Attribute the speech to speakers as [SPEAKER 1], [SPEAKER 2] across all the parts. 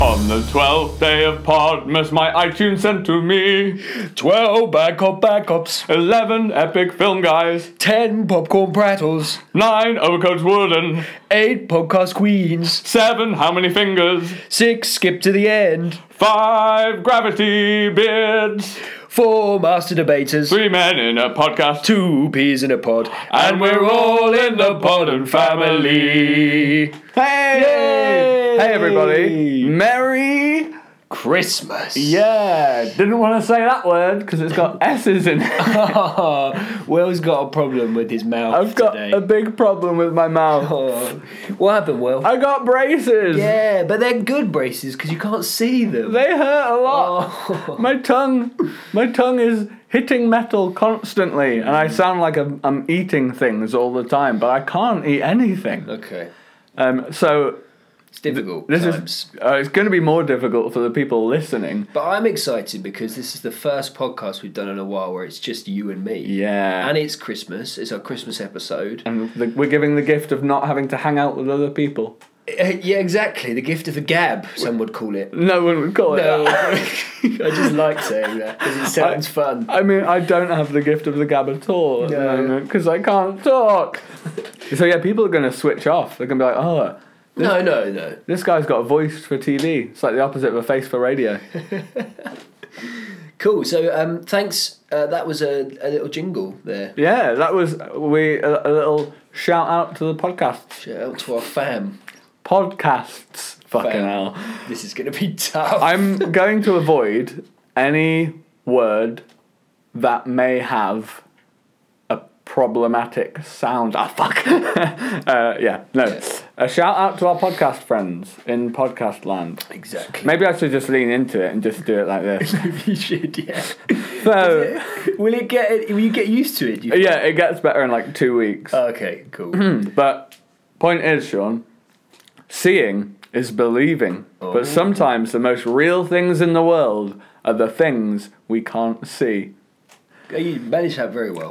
[SPEAKER 1] On the twelfth day of Podmas, my iTunes sent to me
[SPEAKER 2] 12 backup backups,
[SPEAKER 1] eleven epic film guys,
[SPEAKER 2] 10 popcorn prattles,
[SPEAKER 1] nine overcoats wooden,
[SPEAKER 2] 8 podcast queens,
[SPEAKER 1] seven how many fingers,
[SPEAKER 2] 6 skip to the end,
[SPEAKER 1] five gravity beards,
[SPEAKER 2] 4 master debaters,
[SPEAKER 1] three men in a podcast,
[SPEAKER 2] 2 peas in a pod,
[SPEAKER 1] and we're all in the pod and family.
[SPEAKER 2] Hey! Hey everybody! Merry Christmas!
[SPEAKER 1] Yeah, didn't want to say that word because it's got S's in it.
[SPEAKER 2] Will's got a problem with his mouth
[SPEAKER 1] I've got
[SPEAKER 2] today.
[SPEAKER 1] a big problem with my mouth.
[SPEAKER 2] Oh. What happened, Will?
[SPEAKER 1] I got braces.
[SPEAKER 2] yeah, but they're good braces because you can't see them.
[SPEAKER 1] They hurt a lot.
[SPEAKER 2] Oh.
[SPEAKER 1] My tongue, my tongue is hitting metal constantly, and I sound like I'm, I'm eating things all the time, but I can't eat anything.
[SPEAKER 2] Okay.
[SPEAKER 1] Um, so
[SPEAKER 2] It's difficult.
[SPEAKER 1] this
[SPEAKER 2] times.
[SPEAKER 1] is uh, it's going to be more difficult for the people listening.
[SPEAKER 2] But I'm excited because this is the first podcast we've done in a while where it's just you and me.
[SPEAKER 1] Yeah,
[SPEAKER 2] And it's Christmas. It's our Christmas episode. Uh,
[SPEAKER 1] and the, we're giving the gift of not having to hang out with other people.
[SPEAKER 2] Uh, yeah, exactly. The gift of the gab, some would call it.
[SPEAKER 1] No one would call it.
[SPEAKER 2] No,
[SPEAKER 1] that.
[SPEAKER 2] I just like saying that because it sounds fun.
[SPEAKER 1] I mean, I don't have the gift of the gab at all at
[SPEAKER 2] No.
[SPEAKER 1] because I can't talk. so yeah, people are going to switch off. They're going to be like, oh.
[SPEAKER 2] No, no, no.
[SPEAKER 1] This guy's got a voice for TV. It's like the opposite of a face for radio.
[SPEAKER 2] Cool. So, um, thanks. Uh, that was a, a little jingle there.
[SPEAKER 1] Yeah, that was we a, a little shout out to the podcasts.
[SPEAKER 2] Shout out to our fam.
[SPEAKER 1] Podcasts, fucking
[SPEAKER 2] Fam.
[SPEAKER 1] hell.
[SPEAKER 2] This is going to be tough.
[SPEAKER 1] I'm going to avoid any word that may have a problematic sound. Ah, fuck. uh, yeah, no.
[SPEAKER 2] Yeah.
[SPEAKER 1] A shout out to our podcast friends in podcast land.
[SPEAKER 2] exactly.
[SPEAKER 1] Maybe I should just lean into it and just do it like this.
[SPEAKER 2] Maybe you should. Yeah.
[SPEAKER 1] So
[SPEAKER 2] will it get? Will you get used to it? Do you think?
[SPEAKER 1] yeah, it gets better in like two weeks.
[SPEAKER 2] Okay. Cool.
[SPEAKER 1] But point is, Sean, seeing is believing.
[SPEAKER 2] Oh.
[SPEAKER 1] But sometimes the most real things in the world are the things we can't see.
[SPEAKER 2] Yeah, You managed that very well.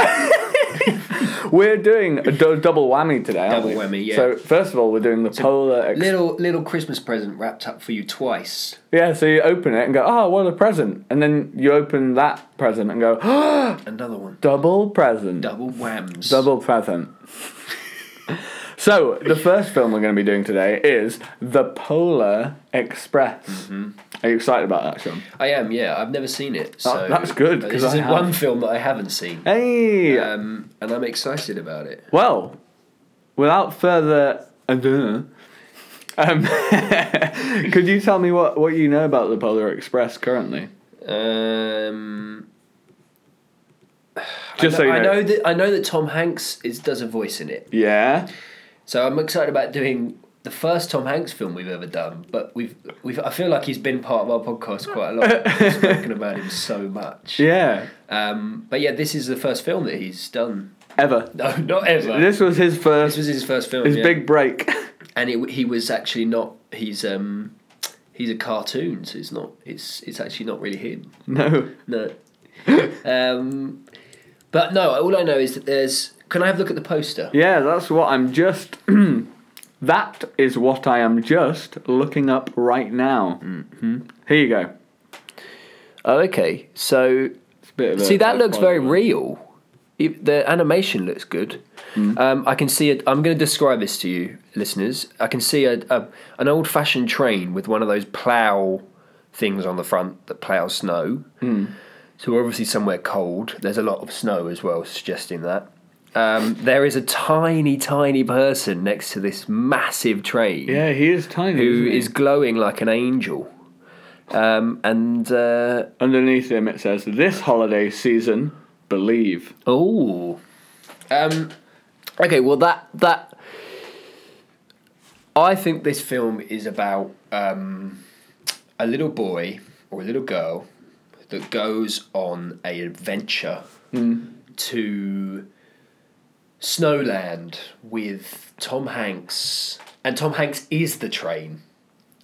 [SPEAKER 1] We're doing a do- double whammy today, aren't
[SPEAKER 2] Double
[SPEAKER 1] we?
[SPEAKER 2] whammy, yeah.
[SPEAKER 1] So first of all, we're doing the polar. Ex-
[SPEAKER 2] little little Christmas present wrapped up for you twice.
[SPEAKER 1] yeah. So you open it and go, oh, what a present! And then you open that present and go, "Ah,
[SPEAKER 2] Another one.
[SPEAKER 1] double present,
[SPEAKER 2] Double whams.
[SPEAKER 1] double present. so the first film we're going to be doing today is The Polar Express.
[SPEAKER 2] Mm-hmm.
[SPEAKER 1] Are you excited about that, Sean?
[SPEAKER 2] I am, yeah. I've never seen it. So
[SPEAKER 1] Oh, that's good,
[SPEAKER 2] This
[SPEAKER 1] 'cause
[SPEAKER 2] is
[SPEAKER 1] I
[SPEAKER 2] the
[SPEAKER 1] have.
[SPEAKER 2] one film that I haven't seen.
[SPEAKER 1] Hey.
[SPEAKER 2] Um, and I'm excited about it.
[SPEAKER 1] well, without further ado, um, could you tell me what, what you know about the Polar Express currently?
[SPEAKER 2] Um,
[SPEAKER 1] Just
[SPEAKER 2] I know,
[SPEAKER 1] so you know.
[SPEAKER 2] I know that I know that Tom Hanks is does a voice in it.
[SPEAKER 1] Yeah.
[SPEAKER 2] So I'm excited about doing the first Tom Hanks film we've ever done. But we've we've I feel like he's been part of our podcast quite a lot. We've spoken about him so much.
[SPEAKER 1] Yeah.
[SPEAKER 2] Um, but yeah, this is the first film that he's done.
[SPEAKER 1] Ever.
[SPEAKER 2] No, not ever.
[SPEAKER 1] This was his
[SPEAKER 2] This
[SPEAKER 1] first,
[SPEAKER 2] was his first film.
[SPEAKER 1] his
[SPEAKER 2] yeah.
[SPEAKER 1] big break.
[SPEAKER 2] and it, he was actually not. He's um, he's a cartoon, so it's not. It's it's actually not really him.
[SPEAKER 1] no.
[SPEAKER 2] No. um, but no, all I know is that there's. Can I have a look at the poster?
[SPEAKER 1] Yeah, that's what I'm just. that is what I am just looking up right now.
[SPEAKER 2] Mm-hmm.
[SPEAKER 1] Here you go.
[SPEAKER 2] Oh, okay. So
[SPEAKER 1] It's a bit of a-
[SPEAKER 2] see, that looks very
[SPEAKER 1] Hollywood.
[SPEAKER 2] real. It- The animation looks good.
[SPEAKER 1] Hmm.
[SPEAKER 2] Um, I can see it. I'm going to describe this to you, listeners. I can see a, a an old fashioned train with one of those plow things on the front that plow snow.
[SPEAKER 1] Hmm.
[SPEAKER 2] So we're obviously somewhere cold. There's a lot of snow as well, suggesting that. Um, there is a tiny, tiny person next to this massive train
[SPEAKER 1] Yeah, he is tiny.
[SPEAKER 2] who
[SPEAKER 1] isn't he?
[SPEAKER 2] is glowing like an angel. Um, and uh,
[SPEAKER 1] Underneath him it says, This holiday season, believe.
[SPEAKER 2] oh, um, okay. Well, that that I think this film is about um, a little boy or a little girl that goes on a adventure
[SPEAKER 1] Hmm.
[SPEAKER 2] to Snowland with Tom Hanks, and Tom Hanks is the train.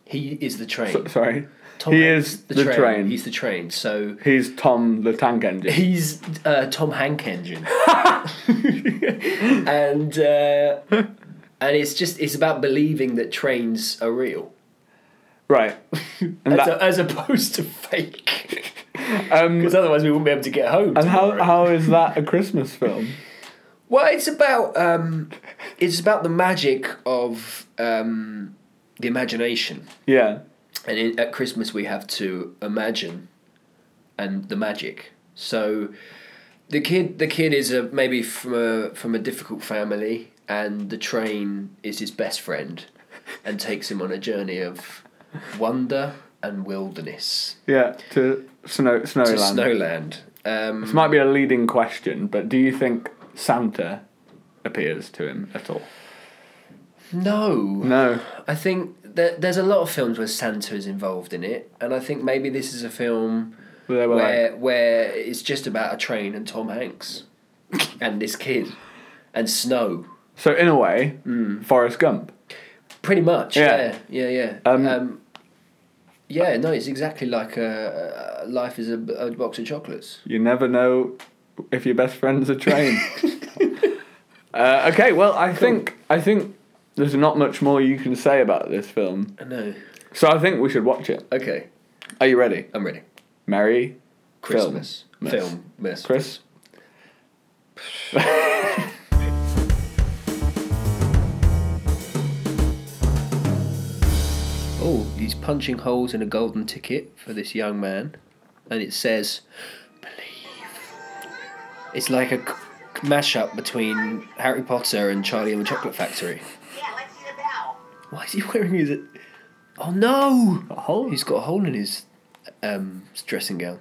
[SPEAKER 2] He is the train.
[SPEAKER 1] So- sorry.
[SPEAKER 2] Tom
[SPEAKER 1] he
[SPEAKER 2] Hanks,
[SPEAKER 1] is the, train. He's,
[SPEAKER 2] He's the train. So
[SPEAKER 1] Tom the tank engine.
[SPEAKER 2] he's uh, Tom Hank engine, and uh, and it's just it's about believing that trains are real.
[SPEAKER 1] Right. And
[SPEAKER 2] as,
[SPEAKER 1] that- Um,
[SPEAKER 2] a, as opposed to fake. Because otherwise we wouldn't be able to get home.
[SPEAKER 1] and how,
[SPEAKER 2] tomorrow.
[SPEAKER 1] how is that a Christmas film?
[SPEAKER 2] Well, it's about um, it's about the magic of um, the imagination,
[SPEAKER 1] Yeah.
[SPEAKER 2] and in, at Christmas we have to imagine, and the magic. So, the kid the kid is a maybe from a from a difficult family, and the train is his best friend, and takes him on a journey of wonder and wilderness
[SPEAKER 1] Yeah. To Snow Snowland.
[SPEAKER 2] to Snowland. Um,
[SPEAKER 1] This might be a leading question, but do you think Santa appears to him at all?
[SPEAKER 2] no,
[SPEAKER 1] No.
[SPEAKER 2] I think that there's a lot of films where Santa is involved in it, and I think maybe this is a film
[SPEAKER 1] They were like,
[SPEAKER 2] where where it's just about a train and Tom Hanks and this kid and snow,
[SPEAKER 1] so in a way,
[SPEAKER 2] Hmm.
[SPEAKER 1] Forrest Gump.
[SPEAKER 2] pretty much.
[SPEAKER 1] Yeah.
[SPEAKER 2] Yeah, yeah, yeah.
[SPEAKER 1] Um,
[SPEAKER 2] yeah, no, it's exactly like a, a life is a, b- a box of chocolates.
[SPEAKER 1] You never know if your best friend's a train. uh, okay, well, I think I think there's not much more you can say about this film,
[SPEAKER 2] I know.
[SPEAKER 1] so I think we should watch it.
[SPEAKER 2] Okay,
[SPEAKER 1] Are you ready?
[SPEAKER 2] I'm ready.
[SPEAKER 1] Merry
[SPEAKER 2] Christmas
[SPEAKER 1] Miss.
[SPEAKER 2] film, miss.
[SPEAKER 1] Chris.
[SPEAKER 2] Oh, he's punching holes in a golden ticket for this young man, and it says, "Believe." It's like a c- mashup between Harry Potter and Charlie and the Chocolate Factory.
[SPEAKER 3] Yeah, let's see the bell.
[SPEAKER 2] Why is he wearing his? Oh no!
[SPEAKER 1] A hole.
[SPEAKER 2] He's got a hole in his um, dressing gown.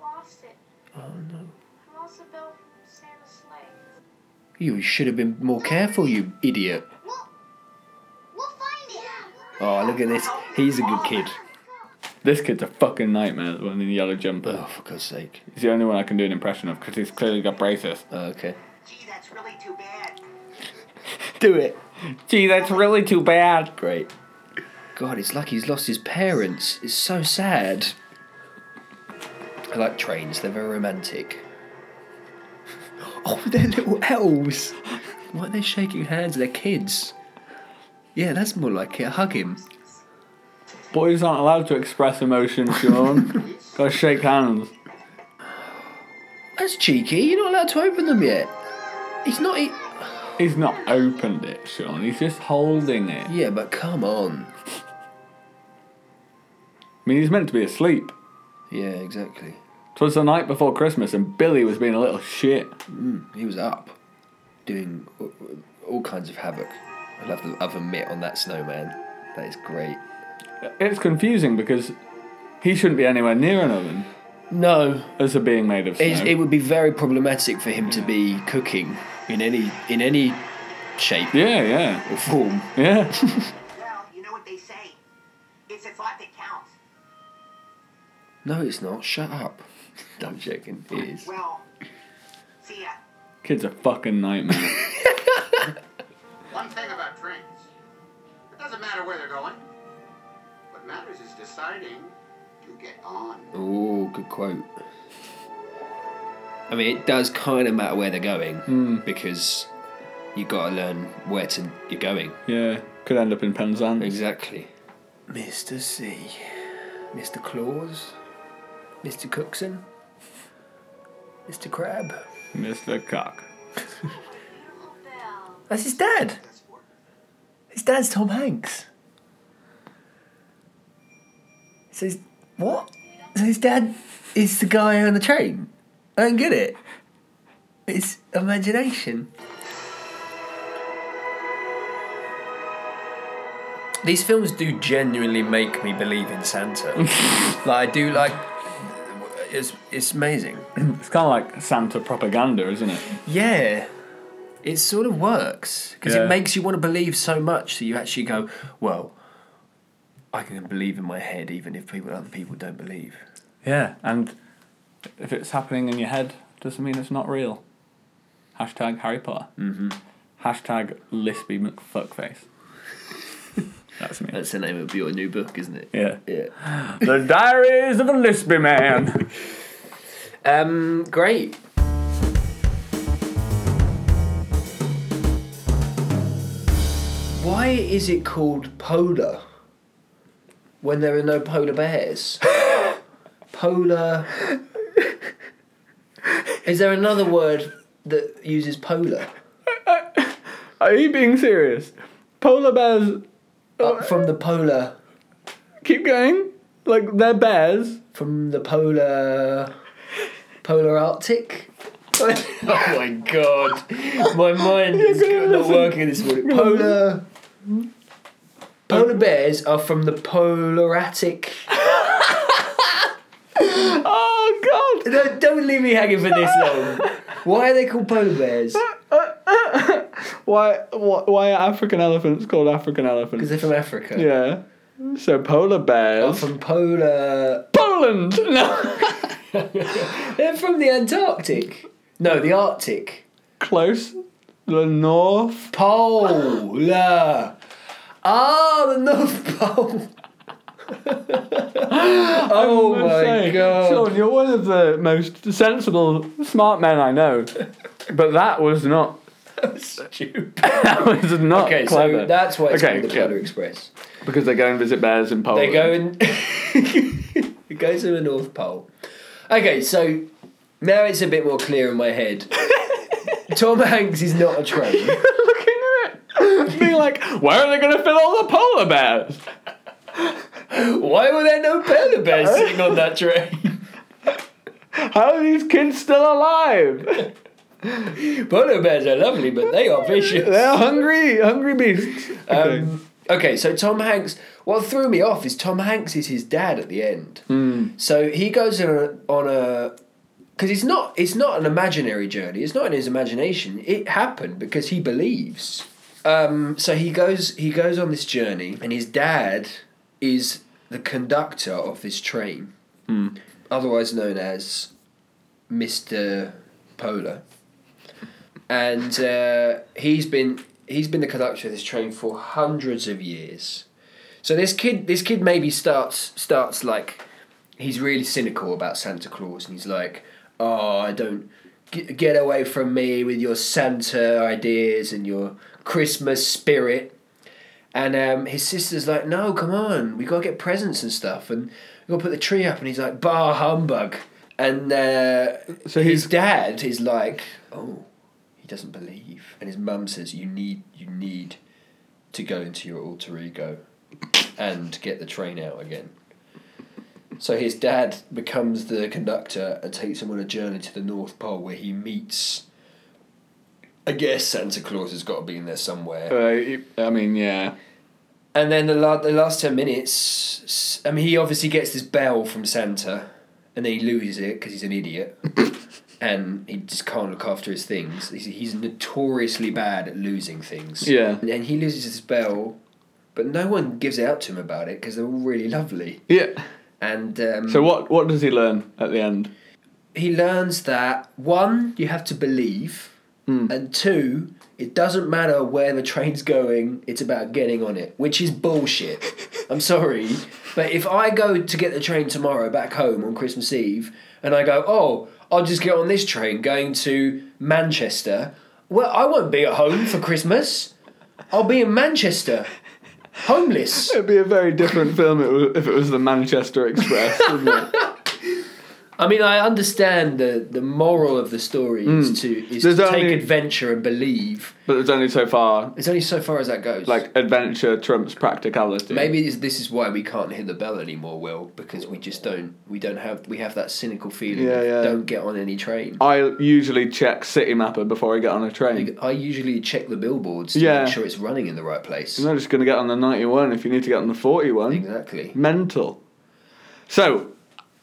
[SPEAKER 3] I lost it. Oh no. I lost the bell from Santa's sleigh.
[SPEAKER 2] You should have been more careful, you idiot.
[SPEAKER 3] We'll, we'll find it.
[SPEAKER 2] Oh, look at this. He's a good kid.
[SPEAKER 1] This kid's a fucking nightmare. The one in the yellow jumper.
[SPEAKER 2] Oh, for God's sake.
[SPEAKER 1] He's the only one I can do an impression of because he's clearly got braces.
[SPEAKER 2] Oh, okay.
[SPEAKER 3] Gee, that's really too bad.
[SPEAKER 2] Do it.
[SPEAKER 1] Gee, that's really too bad.
[SPEAKER 2] Great. God, it's like he's lost his parents. It's so sad. I like trains, they're very romantic. Oh, they're little elves. Why are they shaking hands? They're kids. Yeah, that's more like it. Hug him.
[SPEAKER 1] Boys aren't allowed to express emotion, Sean. Gotta shake hands.
[SPEAKER 2] That's cheeky. You're not allowed to open them yet. He's not. E-
[SPEAKER 1] He's not opened it, Sean. He's just holding it. I
[SPEAKER 2] yeah, but come on.
[SPEAKER 1] mean, he's meant to be asleep.
[SPEAKER 2] Yeah, exactly.
[SPEAKER 1] Twas the night before Christmas, and Billy was being a little shit.
[SPEAKER 2] He was up, doing all- all kinds of havoc. I love the oven mitt on that snowman. That is great.
[SPEAKER 1] It's confusing because he shouldn't be anywhere near an oven
[SPEAKER 2] No,
[SPEAKER 1] as a being made of snow.
[SPEAKER 2] It's, it would be very problematic for him to be cooking in any in any shape
[SPEAKER 1] yeah, yeah,
[SPEAKER 2] or form.
[SPEAKER 1] yeah.
[SPEAKER 3] Well, you know what they say. It's a thought that counts.
[SPEAKER 2] No, it's not. Shut up. I'm joking. It is.
[SPEAKER 3] Well, see ya.
[SPEAKER 1] Kid's a fucking nightmare.
[SPEAKER 4] One thing about trains, it doesn't matter where they're going. What matters is deciding to get on.
[SPEAKER 2] Oh, good quote. I mean, it does kind of matter where they're going because you got to learn where to you're going.
[SPEAKER 1] yeah, could end up in Penzance.
[SPEAKER 2] Exactly. Mr. C, Mr. Claus, Mr. Cookson, Mr. Crab.
[SPEAKER 1] Mr. Cock.
[SPEAKER 3] Little bell.
[SPEAKER 2] That's his dad.
[SPEAKER 4] That's for
[SPEAKER 2] His dad's Tom Hanks. So his, what? So his dad is the guy on the train. I don't get it. It's imagination. These films do genuinely make me believe in Santa. like I do like it's it's amazing.
[SPEAKER 1] It's kind of like Santa propaganda, isn't it?
[SPEAKER 2] Yeah. It sort of works because
[SPEAKER 1] Yeah.
[SPEAKER 2] it makes you want to believe so much that you actually go, well, I can believe in my head even if people other people don't believe.
[SPEAKER 1] Yeah, and if it's happening in your head, doesn't mean it's not real. Hashtag Harry Potter. Mm-hmm. Hashtag Lispy McFuckface. That's me.
[SPEAKER 2] That's the name of your new book, isn't it?
[SPEAKER 1] Yeah.
[SPEAKER 2] Yeah.
[SPEAKER 1] the Diaries of a Lispy Man.
[SPEAKER 2] Um, great. Why is it called Polar? when there are no polar bears. polar. Is there another word that uses polar?
[SPEAKER 1] Are you being serious? Polar bears
[SPEAKER 2] Up from the polar.
[SPEAKER 1] keep going. Like they're bears.
[SPEAKER 2] From the polar. Polar Arctic? oh my god. My mind is
[SPEAKER 1] You're gonna
[SPEAKER 2] not
[SPEAKER 1] listen.
[SPEAKER 2] working this morning. Polar. Polar bears are from the polar Arctic.
[SPEAKER 1] Oh god.
[SPEAKER 2] No, don't leave me hanging for this long. Why are they called polar bears?
[SPEAKER 1] Why why, why are African elephants called African
[SPEAKER 2] Because
[SPEAKER 1] elephants?
[SPEAKER 2] they're from Africa.
[SPEAKER 1] Yeah. So polar
[SPEAKER 2] They're
[SPEAKER 1] bears.
[SPEAKER 2] from polar.
[SPEAKER 1] Poland. No.
[SPEAKER 2] They're from the Antarctic. No, the Arctic.
[SPEAKER 1] Close. The North.
[SPEAKER 2] Polar. Ah, the North Pole. oh
[SPEAKER 1] I'm
[SPEAKER 2] my
[SPEAKER 1] saying,
[SPEAKER 2] god.
[SPEAKER 1] Sean, you're one of the most sensible, smart men I know. But that was not.
[SPEAKER 2] Stupid.
[SPEAKER 1] That was not
[SPEAKER 2] Okay,
[SPEAKER 1] clever.
[SPEAKER 2] so that's why it's
[SPEAKER 1] Okay,
[SPEAKER 2] called the
[SPEAKER 1] yeah.
[SPEAKER 2] Polar Express.
[SPEAKER 1] Because they go and visit bears in Poland.
[SPEAKER 2] They go and it goes to the North Pole. Okay, so now it's a bit more clear in my head. Tom Hanks is not a train.
[SPEAKER 1] looking at it, being like, where are they going to fit all the polar bears?
[SPEAKER 2] Why were there no polar bears sitting on that train?
[SPEAKER 1] How are these kids still alive?
[SPEAKER 2] Polar bears are lovely, but they are vicious.
[SPEAKER 1] They're hungry, hungry beasts. Okay.
[SPEAKER 2] Um, okay, so Tom Hanks. What threw me off is Tom Hanks is his dad at the end.
[SPEAKER 1] Mm.
[SPEAKER 2] So he goes on a, on a because it's not it's not an imaginary journey. It's not in his imagination. It happened because he believes. Um, so he goes he goes on this journey, and his dad is the conductor of this train, otherwise known as Mister Polar and uh, he's been he's been the conductor of this train for hundreds of years. So this kid this kid maybe starts starts like he's really cynical about Santa Claus and he's like, oh, I don't get, get away from me with your Santa ideas and your Christmas spirit. And um, his sister's like, no, come on, we gotta get presents and stuff, and we gotta put the tree up. And he's like, bah humbug. And uh,
[SPEAKER 1] So
[SPEAKER 2] his
[SPEAKER 1] he's-
[SPEAKER 2] dad is like, oh, he doesn't believe. And his mum says, you need, you need to go into your alter ego and get the train out again. So his dad becomes the conductor and takes him on a journey to the North Pole where he meets. I guess Santa Claus has got to be in there
[SPEAKER 1] Uh,
[SPEAKER 2] somewhere.
[SPEAKER 1] I mean, yeah.
[SPEAKER 2] And then the, la- the last 10 minutes, s- I mean, he obviously gets this bell from Santa and then he loses it because he's an idiot and he just can't look after his things. He's, he's notoriously bad at losing things.
[SPEAKER 1] Yeah.
[SPEAKER 2] And, and he loses his bell, but no one gives it out to him about it because they're all really lovely.
[SPEAKER 1] Yeah.
[SPEAKER 2] And um,
[SPEAKER 1] So what, what does he learn at the end?
[SPEAKER 2] he learns that one, you have to believe,
[SPEAKER 1] Hmm.
[SPEAKER 2] and two, it doesn't matter where the train's going, it's about getting on it, which is bullshit. I'm sorry, but if I go to get the train tomorrow back home on Christmas Eve and I go, oh, I'll just get on this train going to Manchester, well, I won't be at home for Christmas. I'll be in Manchester, homeless.
[SPEAKER 1] It'd be a very different film it was- if it was the Manchester Express, wouldn't it?
[SPEAKER 2] I mean, I understand the, the moral of the story is to, is
[SPEAKER 1] Hmm. There's
[SPEAKER 2] to
[SPEAKER 1] only-
[SPEAKER 2] take adventure and believe.
[SPEAKER 1] But there's only so far.
[SPEAKER 2] It's only so far as that goes.
[SPEAKER 1] Like adventure trumps practicality.
[SPEAKER 2] maybe this, this is why we can't hear the bell anymore, Will, because we just don't. We don't have. We have that cynical feeling.
[SPEAKER 1] Yeah,
[SPEAKER 2] of
[SPEAKER 1] yeah.
[SPEAKER 2] Don't get on any train.
[SPEAKER 1] I usually check City Mapper before I get on a train.
[SPEAKER 2] I usually check the billboards to
[SPEAKER 1] Yeah.
[SPEAKER 2] make sure it's running in the right place.
[SPEAKER 1] I'm not just going to get on the 91 if you need to get on the 41.
[SPEAKER 2] Exactly.
[SPEAKER 1] mental. So,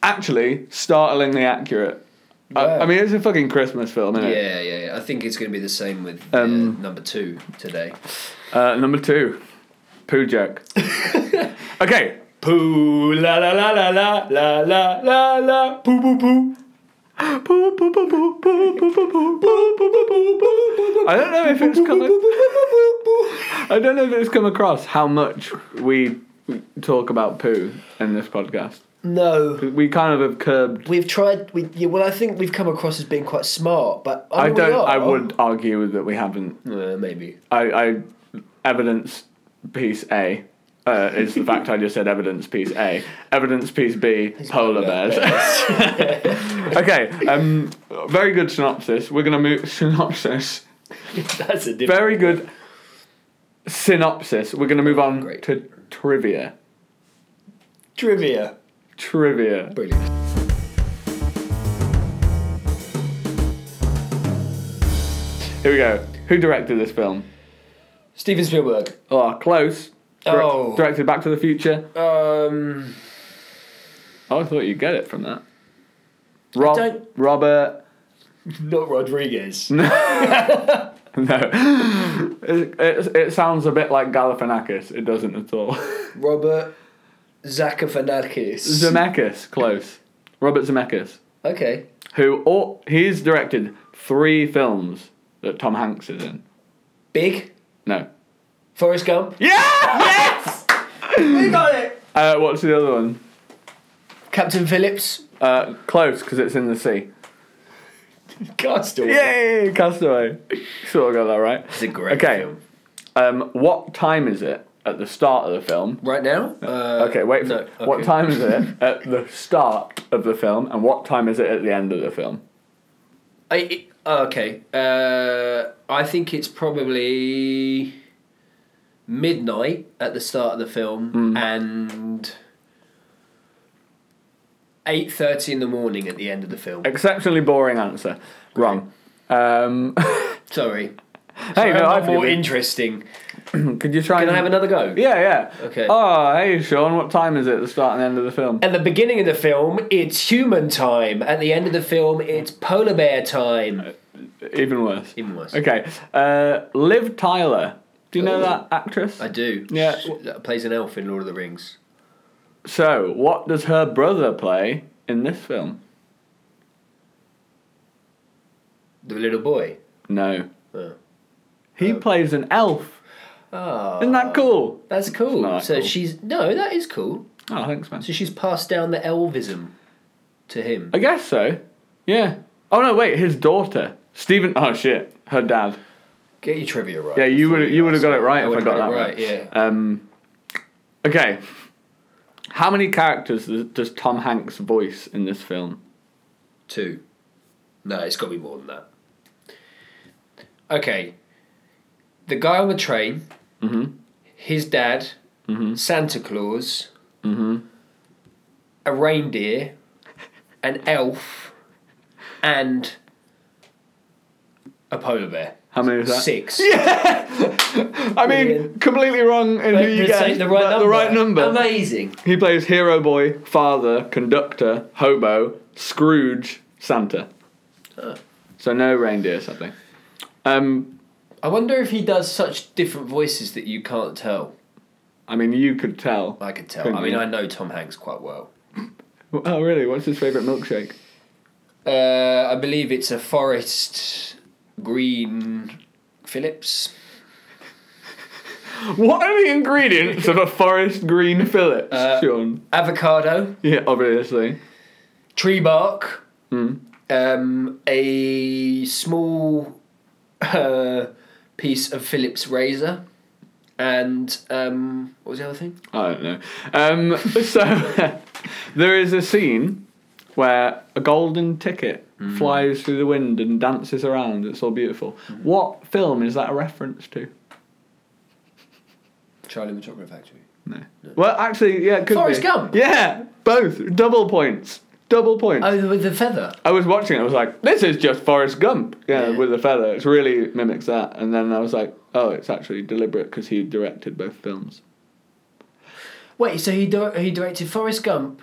[SPEAKER 1] actually, startlingly accurate. I,
[SPEAKER 2] Yeah.
[SPEAKER 1] I mean, it's a fucking Christmas film, isn't it?
[SPEAKER 2] Yeah, yeah, yeah. I think it's going to be the same with uh,
[SPEAKER 1] Um,
[SPEAKER 2] number two today.
[SPEAKER 1] Uh, number two, poo joke. okay,
[SPEAKER 2] Poo la la la la la la la la la poo poo poo.
[SPEAKER 1] Poo, poo, poo, poo, poo, poo, poo, poo, poo, poo, poo, poo, poo, poo, poo. I don't know if it's come. I don't know if it's come across how much we talk about poo in this podcast.
[SPEAKER 2] No.
[SPEAKER 1] We kind of have curbed.
[SPEAKER 2] We've tried. We, yeah, well, I think we've come across as being quite smart, but
[SPEAKER 1] I
[SPEAKER 2] mean, we
[SPEAKER 1] don't. I
[SPEAKER 2] are.
[SPEAKER 1] would argue that we haven't.
[SPEAKER 2] Uh, maybe.
[SPEAKER 1] I, I evidence piece A uh, is the fact I just said evidence piece A. Evidence piece B, polar bears. okay, um, very good synopsis. We're going to move. Synopsis.
[SPEAKER 2] That's a different.
[SPEAKER 1] Very good synopsis. We're going to move on
[SPEAKER 2] Great.
[SPEAKER 1] to trivia.
[SPEAKER 2] Trivia.
[SPEAKER 1] Trivia.
[SPEAKER 2] Brilliant.
[SPEAKER 1] Here we go. Who directed this film?
[SPEAKER 2] Steven Spielberg.
[SPEAKER 1] Oh, close. Direct-
[SPEAKER 2] Oh.
[SPEAKER 1] Directed Back to the Future.
[SPEAKER 2] Um,
[SPEAKER 1] Oh, I thought you'd get it from that. Rob,
[SPEAKER 2] don't-
[SPEAKER 1] Robert.
[SPEAKER 2] not Rodriguez.
[SPEAKER 1] No. it, it, it sounds a bit like Galifianakis. It doesn't at all.
[SPEAKER 2] Robert Zakofanakis.
[SPEAKER 1] Zemeckis, close. Robert Zemeckis,
[SPEAKER 2] okay.
[SPEAKER 1] who or, he's directed three films that Tom Hanks is in.
[SPEAKER 2] Big.
[SPEAKER 1] No.
[SPEAKER 2] Forrest Gump.
[SPEAKER 1] Yeah! Yes!
[SPEAKER 2] We got it.
[SPEAKER 1] Uh, what's the other one?
[SPEAKER 2] Captain Phillips.
[SPEAKER 1] Uh, close, because it's in the sea.
[SPEAKER 2] God, still.
[SPEAKER 1] Yay! Castaway. Sort of got that right.
[SPEAKER 2] It's a great
[SPEAKER 1] Okay.
[SPEAKER 2] film.
[SPEAKER 1] Um, what time is it at the start of the film?
[SPEAKER 2] Right now? Uh,
[SPEAKER 1] Okay, wait.
[SPEAKER 2] no,
[SPEAKER 1] for, What
[SPEAKER 2] okay.
[SPEAKER 1] time is it at the start of the film, and what time is it at the end of the film?
[SPEAKER 2] I, it- oh, okay. Uh, I think it's probably midnight at the start of the film
[SPEAKER 1] Hmm.
[SPEAKER 2] and 8.30 in the morning at the end of the film.
[SPEAKER 1] Exceptionally boring answer. Wrong. Um,
[SPEAKER 2] Sorry.
[SPEAKER 1] hey, no, I
[SPEAKER 2] I'm more
[SPEAKER 1] feel you.
[SPEAKER 2] interesting.
[SPEAKER 1] Could you try?
[SPEAKER 2] Can I
[SPEAKER 1] and-
[SPEAKER 2] have another go?
[SPEAKER 1] Yeah, yeah.
[SPEAKER 2] Okay.
[SPEAKER 1] Oh, hey, Sean. What time is it at the start and end of the film?
[SPEAKER 2] At the beginning of the film, it's human time. At the end of the film, it's polar bear time.
[SPEAKER 1] Even worse.
[SPEAKER 2] Even worse. Oh.
[SPEAKER 1] Okay. Uh, Liv Tyler. Do you know that actress?
[SPEAKER 2] I do.
[SPEAKER 1] Yeah.
[SPEAKER 2] That plays an elf in Lord of the Rings.
[SPEAKER 1] So, what does her brother play in this film?
[SPEAKER 2] The little boy.
[SPEAKER 1] No.
[SPEAKER 2] Oh.
[SPEAKER 1] He plays an elf.
[SPEAKER 2] Uh. Ah.
[SPEAKER 1] Isn't that cool?
[SPEAKER 2] That's cool.
[SPEAKER 1] not that
[SPEAKER 2] so
[SPEAKER 1] cool.
[SPEAKER 2] she's no, that is cool.
[SPEAKER 1] Oh, thanks, man.
[SPEAKER 2] So she's passed down the elvism to him.
[SPEAKER 1] I guess so. Yeah. Oh no, wait. His daughter, Stephen. Oh shit. Her dad.
[SPEAKER 2] Get your trivia right.
[SPEAKER 1] Yeah, you
[SPEAKER 2] before
[SPEAKER 1] would you would have
[SPEAKER 2] ask
[SPEAKER 1] got it
[SPEAKER 2] me.
[SPEAKER 1] right if I
[SPEAKER 2] would've
[SPEAKER 1] got that
[SPEAKER 2] it
[SPEAKER 1] right.
[SPEAKER 2] right. Yeah.
[SPEAKER 1] Um, okay. How many characters does, does Tom Hanks voice in this film?
[SPEAKER 2] Two. No, it's got to be more than that. Okay. The guy on the train.
[SPEAKER 1] Mhm.
[SPEAKER 2] His dad.
[SPEAKER 1] Mm-hmm.
[SPEAKER 2] Santa Claus. A reindeer. An elf. And. A polar bear.
[SPEAKER 1] How many is that?
[SPEAKER 2] Six.
[SPEAKER 1] I mean,
[SPEAKER 2] Brilliant.
[SPEAKER 1] completely wrong in who you
[SPEAKER 2] But say
[SPEAKER 1] guessed, but the right number. Oh,
[SPEAKER 2] Amazing.
[SPEAKER 1] He plays hero boy, father, conductor, hobo, Scrooge, Santa. So no reindeer, sadly. Um,
[SPEAKER 2] I wonder if he does such different voices that you can't tell.
[SPEAKER 1] I mean, you could tell.
[SPEAKER 2] I could tell.
[SPEAKER 1] Couldn't
[SPEAKER 2] I mean,
[SPEAKER 1] you?
[SPEAKER 2] I know Tom Hanks quite well.
[SPEAKER 1] Oh, really? What's his favourite milkshake?
[SPEAKER 2] Uh, I believe it's a Forest Green Phillips.
[SPEAKER 1] What are the ingredients of a forest green Phillips, Sean?
[SPEAKER 2] Avocado,
[SPEAKER 1] Uh, Yeah, obviously.
[SPEAKER 2] tree bark, um, a small uh, piece of Phillips razor, and um, what was the other thing?
[SPEAKER 1] I don't know. Um, so there is a scene where a golden ticket flies through the wind and dances around. It's all beautiful. What film is that a reference to?
[SPEAKER 2] Charlie and the Chocolate Factory.
[SPEAKER 1] No. Well, actually, yeah, it could
[SPEAKER 2] Forrest
[SPEAKER 1] be.
[SPEAKER 2] Gump.
[SPEAKER 1] Yeah, both double points. Double points.
[SPEAKER 2] Oh, with the feather.
[SPEAKER 1] I was watching it. I was like, "This is just Forrest Gump, yeah,
[SPEAKER 2] Yeah.
[SPEAKER 1] with a feather." It really mimics that. And then I was like, "Oh, it's actually deliberate because he directed both films."
[SPEAKER 2] Wait, so he di- he directed Forrest Gump.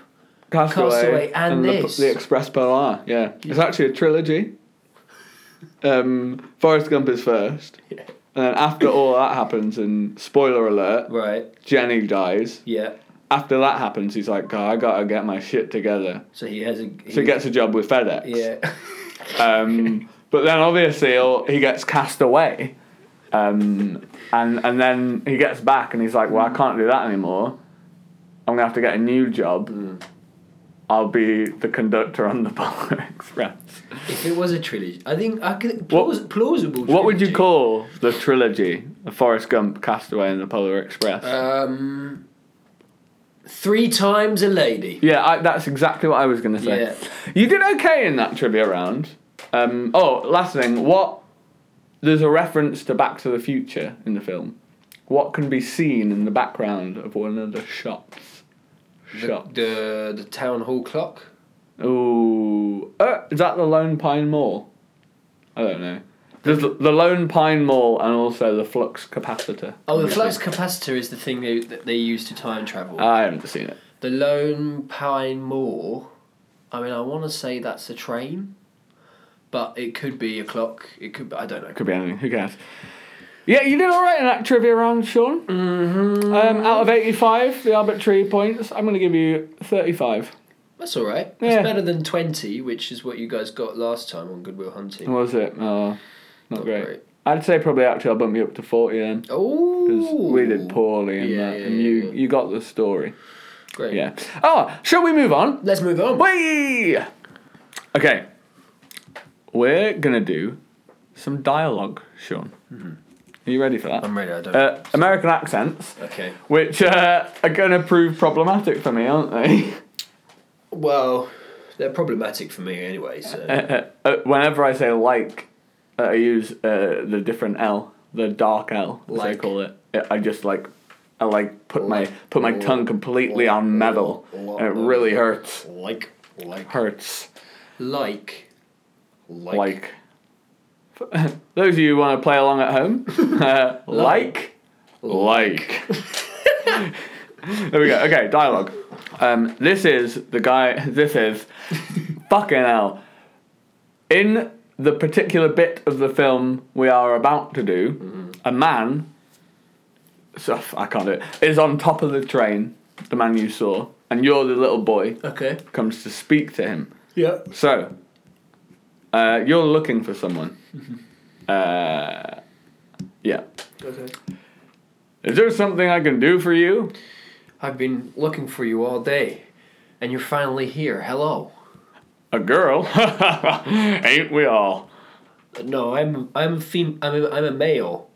[SPEAKER 1] Castaway,
[SPEAKER 2] Castaway and
[SPEAKER 1] the-
[SPEAKER 2] this.
[SPEAKER 1] The, Express Polar. Yeah, it's actually a trilogy. Um, Forrest Gump is first,
[SPEAKER 2] Yeah.
[SPEAKER 1] and then after all that happens, and spoiler alert,
[SPEAKER 2] Right.
[SPEAKER 1] Jenny dies.
[SPEAKER 2] Yeah.
[SPEAKER 1] After that happens, he's like, "God, I gotta get my shit together."
[SPEAKER 2] So he has a.
[SPEAKER 1] So he gets a job with FedEx.
[SPEAKER 2] Yeah.
[SPEAKER 1] Um, but then obviously he'll- he gets cast away, um, and and then he gets back and he's like, "Well, I can't do that anymore. I'm gonna have to get a new job. I'll be the conductor on the Polar Express."
[SPEAKER 2] if it was a trilogy, I think I could
[SPEAKER 1] What-
[SPEAKER 2] plaus- plausible.
[SPEAKER 1] What would you
[SPEAKER 2] trilogy. Uh,
[SPEAKER 1] call the trilogy? The Forrest Gump, Castaway, and the Polar Express.
[SPEAKER 2] Um,
[SPEAKER 5] Three times a lady.
[SPEAKER 1] Yeah, I, that's exactly what I was going to say. You did okay in that trivia round. Um, oh, last thing. What? There's a reference to Back to the Future in the film. What can be seen in the background of one of the shots?
[SPEAKER 2] The,
[SPEAKER 1] Shots.
[SPEAKER 2] the, the town hall clock.
[SPEAKER 1] Ooh. Uh, is that the Lone Pine Mall? I don't know. There's the the Lone Pine Mall and also the flux capacitor.
[SPEAKER 2] Oh, the flux capacitor is the thing they, that they use to time travel.
[SPEAKER 1] I haven't seen it.
[SPEAKER 2] the Lone Pine Moor. I mean, I want to say that's a train, but it could be a clock. It could. Be, I don't know.
[SPEAKER 1] Could be anything. Who cares? Yeah, you did all right in that trivia round, Sean.
[SPEAKER 2] Mm-hmm.
[SPEAKER 1] Um, out of 85, the arbitrary points, I'm going to give you 35.
[SPEAKER 2] That's all right.
[SPEAKER 1] Yeah.
[SPEAKER 2] It's better than twenty, which is what you guys got last time on Goodwill Hunting.
[SPEAKER 1] What was it? Oh, not, great.
[SPEAKER 2] great.
[SPEAKER 1] I'd say probably actually I'll bump you up to 40 then. Because
[SPEAKER 2] Oh,
[SPEAKER 1] we did poorly in
[SPEAKER 2] Yeah,
[SPEAKER 1] that.
[SPEAKER 2] yeah,
[SPEAKER 1] and you,
[SPEAKER 2] yeah.
[SPEAKER 1] you got the story.
[SPEAKER 2] Great.
[SPEAKER 1] Yeah. Oh, shall we move on?
[SPEAKER 2] Let's move on.
[SPEAKER 1] Whee! Okay. We're gonna do some dialogue, Sean.
[SPEAKER 2] Mm-hmm.
[SPEAKER 1] Are you ready for that?
[SPEAKER 2] I'm ready. I don't.
[SPEAKER 1] Uh, American accents,
[SPEAKER 2] okay.
[SPEAKER 1] which uh, are gonna prove problematic for me, aren't they?
[SPEAKER 2] Well, they're problematic for me anyway. So
[SPEAKER 1] Uh, whenever I say like, uh, I use uh, the different L, the dark L, as they
[SPEAKER 2] Like.
[SPEAKER 1] call it. I- I just like, I like put my
[SPEAKER 2] Like.
[SPEAKER 1] put my tongue completely on metal.
[SPEAKER 2] Like.
[SPEAKER 1] and it really hurts.
[SPEAKER 2] like, like,
[SPEAKER 1] Hurts.
[SPEAKER 2] like, like,
[SPEAKER 1] like those of you who want to play along at home uh, like like there we go okay dialogue um, this is the guy this is fucking hell in the particular bit of the film we are about to do a man so, I can't do it is on top of the train the man you saw and you're the little boy
[SPEAKER 5] Okay.
[SPEAKER 1] comes to speak to him
[SPEAKER 5] Yeah.
[SPEAKER 1] so, uh, you're looking for someone. uh, yeah.
[SPEAKER 5] Okay.
[SPEAKER 1] Is there something I can do for you?
[SPEAKER 2] I've been looking for you all day, and you're finally here. Hello.
[SPEAKER 1] A girl? Ain't we all?
[SPEAKER 2] No, I'm I'm fem- I'm a, I'm a male.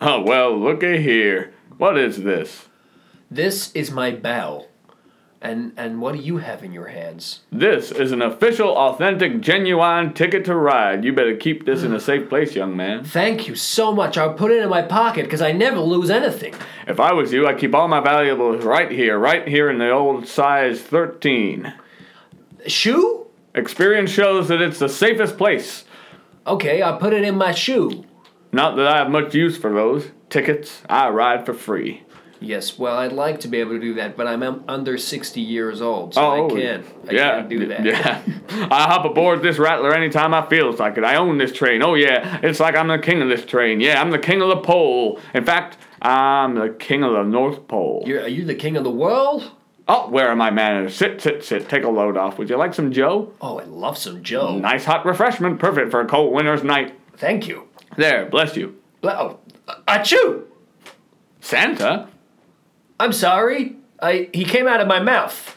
[SPEAKER 1] Oh, well, looky here. What is this?
[SPEAKER 2] This is my bell. And and what do you have in your hands?
[SPEAKER 1] This is an official, authentic, genuine ticket to ride. You better keep this in a safe place, young man.
[SPEAKER 2] Thank you so much. I'll put it in my pocket because I never lose anything.
[SPEAKER 1] If I was you, I'd keep all my valuables right here, right here in the old size 13.
[SPEAKER 2] Shoe?
[SPEAKER 1] Experience shows that it's the safest place.
[SPEAKER 2] Okay, I'll put it in my shoe.
[SPEAKER 1] Not that I have much use for those. Tickets, I ride for free.
[SPEAKER 2] Yes, well, I'd like to be able to do that, but I'm um, under 60 years old, so I can't. I
[SPEAKER 1] Oh, yeah,
[SPEAKER 2] can't do that.
[SPEAKER 1] Yeah. I hop aboard this rattler anytime I feels like it. I own this train. Oh, yeah. It's like I'm the king of this train. Yeah, I'm the king of the pole. In fact, I'm the king of the North Pole.
[SPEAKER 2] You're, are you the king of the world?
[SPEAKER 1] oh, where are my manners? Sit, sit, sit. Take a load off. Would you like some Joe?
[SPEAKER 2] Oh, I love some Joe.
[SPEAKER 1] Nice hot refreshment, perfect for a cold winter's night.
[SPEAKER 2] Thank you.
[SPEAKER 1] There, bless you.
[SPEAKER 2] Bl- Oh, achoo!
[SPEAKER 1] Santa?
[SPEAKER 2] I'm sorry. I he came out of my mouth.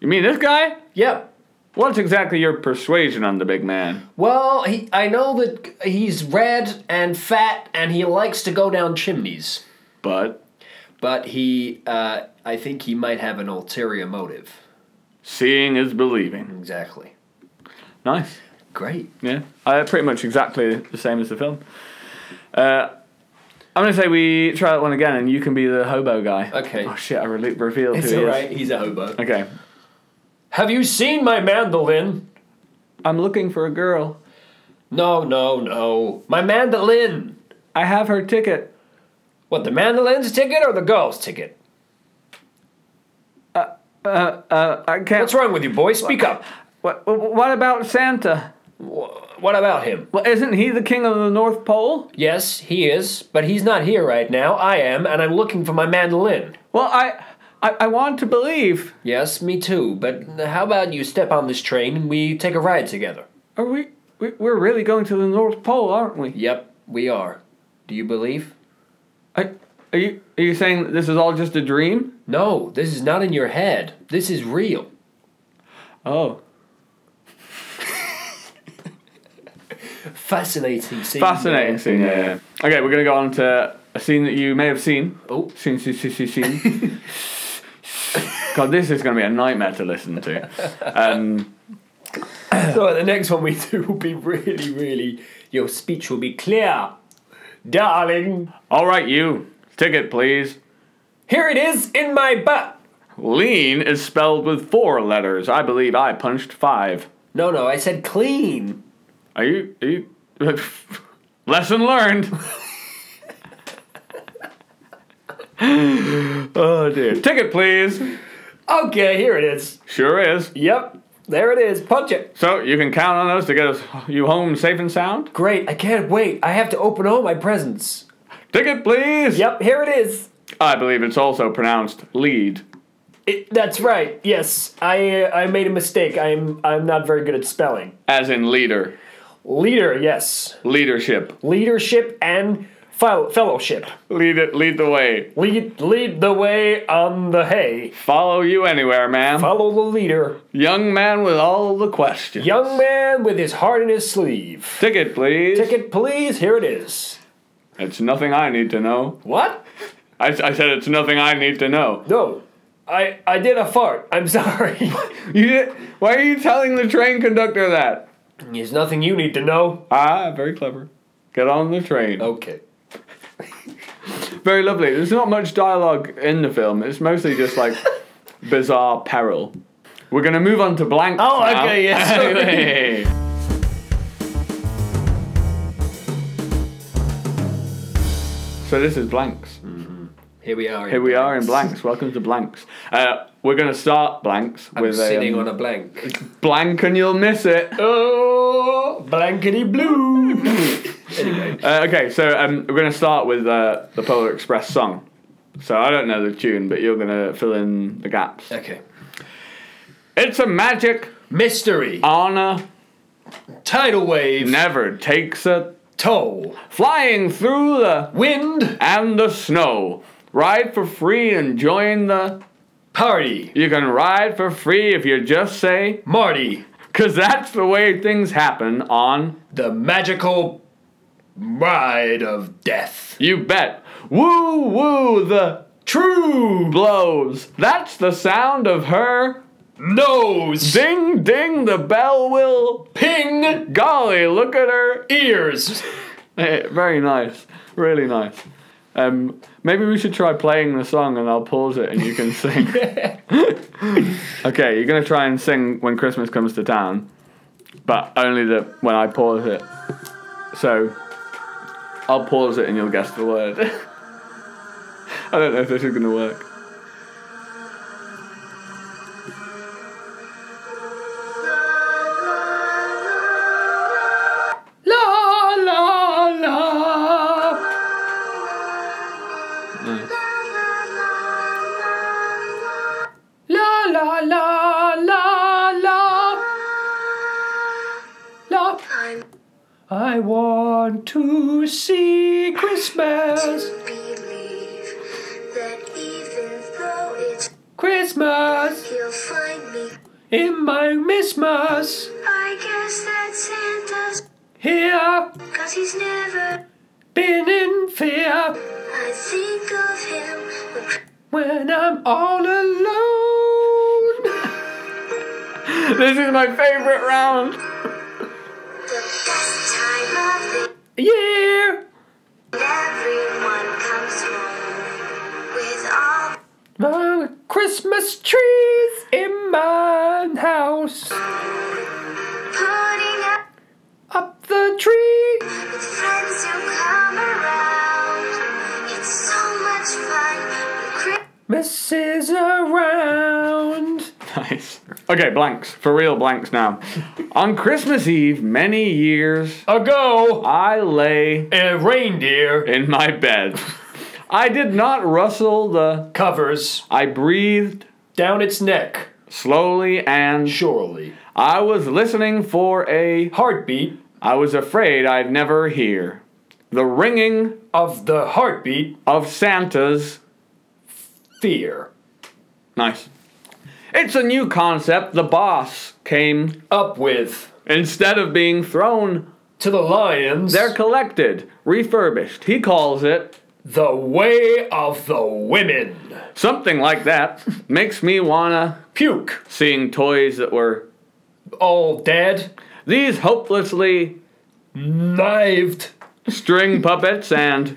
[SPEAKER 1] You mean this guy?
[SPEAKER 2] Yep.
[SPEAKER 1] What's exactly your persuasion on the big man?
[SPEAKER 2] Well, he, I know that he's red and fat and he likes to go down chimneys,
[SPEAKER 1] But
[SPEAKER 2] but he, uh, I think he might have an ulterior motive.
[SPEAKER 1] seeing is believing.
[SPEAKER 2] Exactly.
[SPEAKER 1] Nice.
[SPEAKER 2] Great.
[SPEAKER 1] Yeah, uh, pretty much exactly the same as the film. Uh, I'm gonna say we try that one again, and you can be the hobo guy.
[SPEAKER 2] Okay.
[SPEAKER 1] Oh shit! I re- revealed who he is.
[SPEAKER 2] He's a hobo.
[SPEAKER 1] Okay.
[SPEAKER 2] Have you seen my mandolin?
[SPEAKER 1] I'm looking for a girl.
[SPEAKER 2] No, no, no. My mandolin.
[SPEAKER 1] I have her ticket.
[SPEAKER 2] What the mandolin's ticket or the girl's ticket?
[SPEAKER 1] Uh, I can't.
[SPEAKER 2] What's wrong with you, boy? Speak up.
[SPEAKER 1] What, what about Santa?
[SPEAKER 2] Wh- What about him?
[SPEAKER 1] Well, isn't he the king of the North Pole?
[SPEAKER 2] Yes, he is, but he's not here right now. I am, and I'm looking for my mandolin.
[SPEAKER 1] Well, I, I, I want to believe.
[SPEAKER 2] Yes, me too, but how about you step on this train and we take a ride together?
[SPEAKER 1] Are we? we- We're really going to the North Pole, aren't we?
[SPEAKER 2] Yep, we are. Do you believe?
[SPEAKER 1] Are, are you are you saying that this is all just a dream?
[SPEAKER 2] No, this is not in your head. This is real.
[SPEAKER 1] Oh,
[SPEAKER 2] Fascinating scene.
[SPEAKER 1] Fascinating
[SPEAKER 2] there.
[SPEAKER 1] scene, yeah, yeah. Okay, we're gonna go on to a scene that you may have seen.
[SPEAKER 2] Oh.
[SPEAKER 1] Scene, scene, scene, scene, scene. God, this is going to be a nightmare to listen to. Um,
[SPEAKER 2] So the next one we do will be really, really. Your speech will be clear, darling.
[SPEAKER 1] all right, you. Ticket, please.
[SPEAKER 2] Here it is in my butt.
[SPEAKER 1] Lean is spelled with four letters. I believe I punched five.
[SPEAKER 2] No, no, I said clean.
[SPEAKER 1] Are you? Are you? lesson learned. oh dear. Ticket, please.
[SPEAKER 2] Okay, here it is.
[SPEAKER 1] Sure is.
[SPEAKER 2] Yep, there it is. Punch it.
[SPEAKER 1] So you can count on us to get us you home safe and sound.
[SPEAKER 2] Great, I can't wait. I have to open all my presents.
[SPEAKER 1] Ticket, please.
[SPEAKER 2] Yep, here it is.
[SPEAKER 1] I believe it's also pronounced lead.
[SPEAKER 2] It, that's right. Yes, I uh, I made a mistake. I'm I'm not very good at spelling.
[SPEAKER 1] as in leader,
[SPEAKER 2] Leader, yes.
[SPEAKER 1] leadership.
[SPEAKER 2] Leadership and fel- fellowship.
[SPEAKER 1] Lead it, lead the way.
[SPEAKER 2] Lead lead the way on the hay.
[SPEAKER 1] Follow you anywhere, ma'am.
[SPEAKER 2] Follow the leader.
[SPEAKER 1] Young man with all the questions.
[SPEAKER 2] Young man with his heart in his sleeve.
[SPEAKER 1] Ticket, please.
[SPEAKER 2] Ticket, please. Here it is.
[SPEAKER 1] It's nothing I need to know.
[SPEAKER 2] What?
[SPEAKER 1] I, I said it's nothing I need to know.
[SPEAKER 2] No. I I did a fart. I'm sorry.
[SPEAKER 1] You did, why are you telling the train conductor that?
[SPEAKER 2] There's nothing you need to know.
[SPEAKER 1] Ah, very clever. Get on the train.
[SPEAKER 2] Okay.
[SPEAKER 1] Very lovely. There's not much dialogue in the film. It's mostly just like bizarre peril. We're gonna move on to blank.
[SPEAKER 2] Oh,
[SPEAKER 1] now.
[SPEAKER 2] okay, yeah, sorry.
[SPEAKER 1] Hey. so this is blanks.
[SPEAKER 2] Here we are.
[SPEAKER 1] Here we are in blanks. Welcome to blanks. Uh, we're gonna start blanks
[SPEAKER 2] I'm
[SPEAKER 1] with a,
[SPEAKER 2] sitting
[SPEAKER 1] um,
[SPEAKER 2] on a blank.
[SPEAKER 1] blank, and you'll miss it.
[SPEAKER 2] Oh, blankety blue. anyway,
[SPEAKER 1] Uh, okay, so um, we're going to start with uh, the Polar Express song. So I don't know the tune, but you're going to fill in the gaps.
[SPEAKER 2] okay.
[SPEAKER 1] It's a magic
[SPEAKER 5] Mystery.
[SPEAKER 1] honor
[SPEAKER 5] Tidal wave.
[SPEAKER 1] never takes a
[SPEAKER 5] Toll.
[SPEAKER 1] flying through the
[SPEAKER 5] Wind.
[SPEAKER 1] and the snow. Ride for free and join the.
[SPEAKER 5] Party.
[SPEAKER 1] You can ride for free if you just say,
[SPEAKER 5] Marty.
[SPEAKER 1] 'cause that's the way things happen on
[SPEAKER 5] The magical ride of death.
[SPEAKER 1] You Bet. Woo woo the
[SPEAKER 5] True.
[SPEAKER 1] blows. That's the sound of her.
[SPEAKER 5] Nose.
[SPEAKER 1] Ding ding the bell will
[SPEAKER 5] Ping.
[SPEAKER 1] Golly, look at her.
[SPEAKER 5] Ears.
[SPEAKER 1] Eh, Very nice. Really nice. Um, maybe we should try playing the song and I'll pause it and you can sing. okay, you're going to try and sing when Christmas comes to town, but only the, when I pause it. So I'll pause it and you'll guess the word. I don't know if this is going to work. La la la.
[SPEAKER 2] La la la la la la. I want to see Christmas,
[SPEAKER 6] believe that even though it's
[SPEAKER 2] Christmas
[SPEAKER 6] you'll find me.
[SPEAKER 2] in my Christmas
[SPEAKER 6] I guess that Santa's
[SPEAKER 2] here,
[SPEAKER 6] cause he's never
[SPEAKER 2] been in fear
[SPEAKER 6] I think of him when
[SPEAKER 2] when I'm all alone.
[SPEAKER 1] This is my favorite round.
[SPEAKER 6] the best time of the
[SPEAKER 2] Yeah,
[SPEAKER 6] everyone comes home with all
[SPEAKER 2] my Christmas trees in my house.
[SPEAKER 6] putting up
[SPEAKER 2] Up the tree,
[SPEAKER 6] with friends who come around. It's so much fun when Christmas
[SPEAKER 2] Mrs. Around.
[SPEAKER 1] Nice. Okay, blanks. For real blanks now. On Christmas Eve, many years
[SPEAKER 2] Ago,
[SPEAKER 1] I lay
[SPEAKER 2] a reindeer
[SPEAKER 1] in my bed. I did not rustle the.
[SPEAKER 2] covers
[SPEAKER 1] I breathed
[SPEAKER 2] down its neck,
[SPEAKER 1] slowly and.
[SPEAKER 2] surely.
[SPEAKER 1] I was listening for a.
[SPEAKER 2] Heartbeat
[SPEAKER 1] I was afraid I'd never hear. The ringing
[SPEAKER 2] of the heartbeat,
[SPEAKER 1] of Santa's.
[SPEAKER 2] fear.
[SPEAKER 1] Nice. It's a new concept. The boss came.
[SPEAKER 2] Up with,
[SPEAKER 1] Instead of being thrown,
[SPEAKER 2] to the lions,
[SPEAKER 1] they're collected, refurbished. He calls it
[SPEAKER 5] The Way of the Women.
[SPEAKER 1] Something like that makes me wanna
[SPEAKER 5] Puke.
[SPEAKER 1] seeing toys that were
[SPEAKER 5] All dead.
[SPEAKER 1] these hopelessly
[SPEAKER 5] Knived.
[SPEAKER 1] string puppets and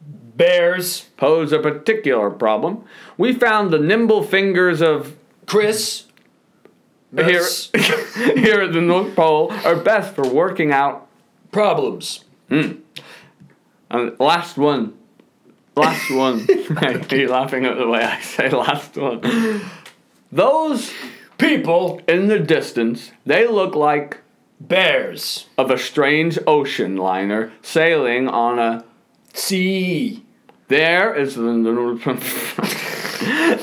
[SPEAKER 5] Bears.
[SPEAKER 1] pose a particular problem. We found the nimble fingers of
[SPEAKER 5] Chris.
[SPEAKER 1] here,
[SPEAKER 5] Yes.
[SPEAKER 1] here at the North Pole are best for working out.
[SPEAKER 5] Problems.
[SPEAKER 1] And Uh, last one, last one. I keep laughing at the way I say last one. Those
[SPEAKER 5] People.
[SPEAKER 1] in the distance, they look like
[SPEAKER 5] Bears.
[SPEAKER 1] of a strange ocean liner sailing on a.
[SPEAKER 5] Sea.
[SPEAKER 1] There is the north.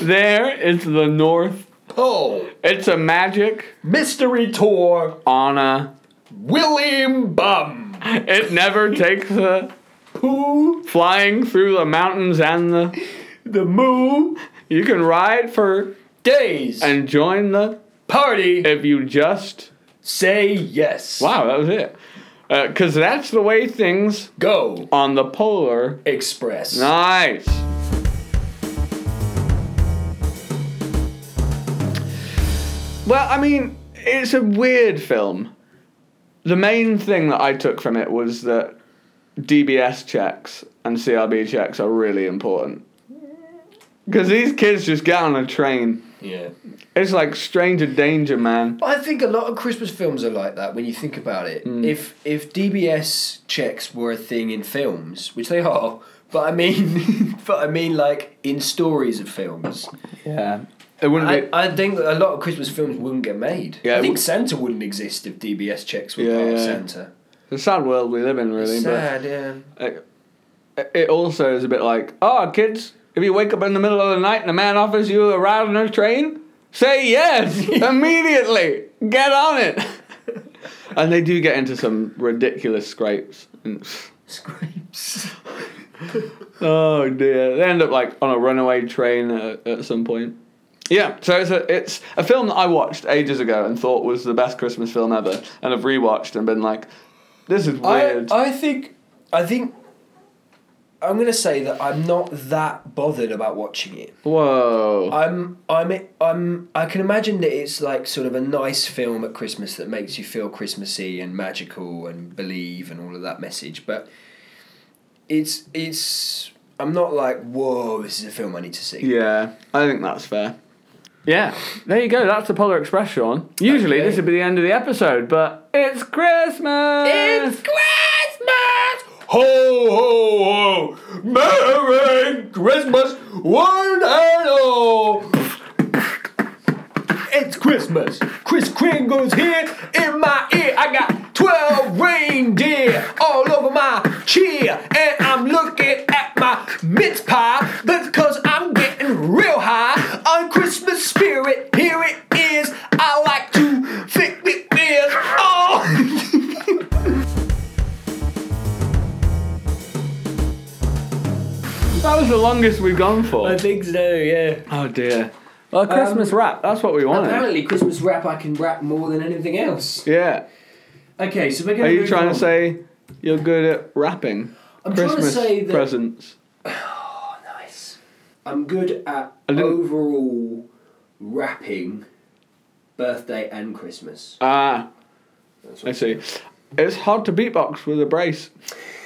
[SPEAKER 1] there is the north.
[SPEAKER 5] Pole.
[SPEAKER 1] It's a magic
[SPEAKER 5] Mystery Tour.
[SPEAKER 1] on a.
[SPEAKER 5] William Bum.
[SPEAKER 1] It never takes a
[SPEAKER 5] Pooh.
[SPEAKER 1] flying through the mountains and the.
[SPEAKER 5] The Moo.
[SPEAKER 1] You can ride for
[SPEAKER 5] Days.
[SPEAKER 1] and join the
[SPEAKER 5] Party.
[SPEAKER 1] if you just.
[SPEAKER 5] Say yes.
[SPEAKER 1] Wow, that was it. Because that's the way things
[SPEAKER 5] Go.
[SPEAKER 1] on the polar.
[SPEAKER 5] Express.
[SPEAKER 1] Nice. Well, I mean, it's a weird film. The main thing that I took from it was that DBS checks and CRB checks are really important. Because these kids just get on a train.
[SPEAKER 5] Yeah.
[SPEAKER 1] It's like stranger danger, man.
[SPEAKER 2] I think a lot of Christmas films are like that when you think about it.
[SPEAKER 5] Mm.
[SPEAKER 2] If if DBS checks were a thing in films, which they are, but I mean, but I mean like in stories of films.
[SPEAKER 1] Yeah. It wouldn't
[SPEAKER 2] I,
[SPEAKER 1] be.
[SPEAKER 2] I think that a lot of Christmas films wouldn't get made.
[SPEAKER 1] Yeah,
[SPEAKER 2] I
[SPEAKER 1] it
[SPEAKER 2] think
[SPEAKER 1] would-
[SPEAKER 2] Santa wouldn't exist if DBS checks were
[SPEAKER 1] Yeah,
[SPEAKER 2] part of
[SPEAKER 1] yeah.
[SPEAKER 2] Santa.
[SPEAKER 1] It's a sad world we live in, really. but-
[SPEAKER 2] Sad, yeah.
[SPEAKER 1] it also is a bit like, oh, kids, if you wake up in the middle of the night and a man offers you a ride on a train, say yes immediately. Get on it. and they do get into some ridiculous scrapes. And-
[SPEAKER 2] Scrapes.
[SPEAKER 1] oh dear, they end up like on a runaway train at, at some point. Yeah, so it's a, it's a film that I watched ages ago and thought was the best Christmas film ever, and I've rewatched and been like, this is
[SPEAKER 2] I,
[SPEAKER 1] weird.
[SPEAKER 2] I think I think I'm gonna say that I'm not that bothered about watching it.
[SPEAKER 1] Whoa.
[SPEAKER 2] I'm I'm I'm I can imagine that it's like sort of a nice film at Christmas that makes you feel Christmassy and magical and believe and all of that message, but it's it's I'm not like whoa, this is a film I need to see.
[SPEAKER 1] Yeah, I think that's fair. Yeah, there you go. That's the Polar Express, Sean. Usually
[SPEAKER 2] Okay.
[SPEAKER 1] this would be the end of the episode, but it's Christmas.
[SPEAKER 2] It's
[SPEAKER 1] Christmas.
[SPEAKER 5] Ho ho ho! Merry Christmas, one and all! It's Christmas. Chris Kringle's here in my ear. I got 12 reindeer all over my cheer. And I'm looking at my mince pie because I'm getting real high on Christmas spirit. Here it is. I like to think it is. Oh!
[SPEAKER 1] That was the longest we've gone for.
[SPEAKER 2] think so, yeah.
[SPEAKER 1] Oh dear. Well, Christmas wrap. That's what we wanted.
[SPEAKER 2] Apparently Christmas wrap I can wrap more than anything else.
[SPEAKER 1] Yeah.
[SPEAKER 2] Okay, so we're gonna
[SPEAKER 1] Are you
[SPEAKER 2] move
[SPEAKER 1] trying
[SPEAKER 2] on.
[SPEAKER 1] to say you're good at wrapping
[SPEAKER 2] I'm trying to
[SPEAKER 1] Christmas
[SPEAKER 2] say that-
[SPEAKER 1] presents?
[SPEAKER 2] Nice. I'm good at
[SPEAKER 1] didn't-
[SPEAKER 2] overall wrapping birthday and Christmas.
[SPEAKER 1] Ah, I see. It's hard to beatbox with a brace.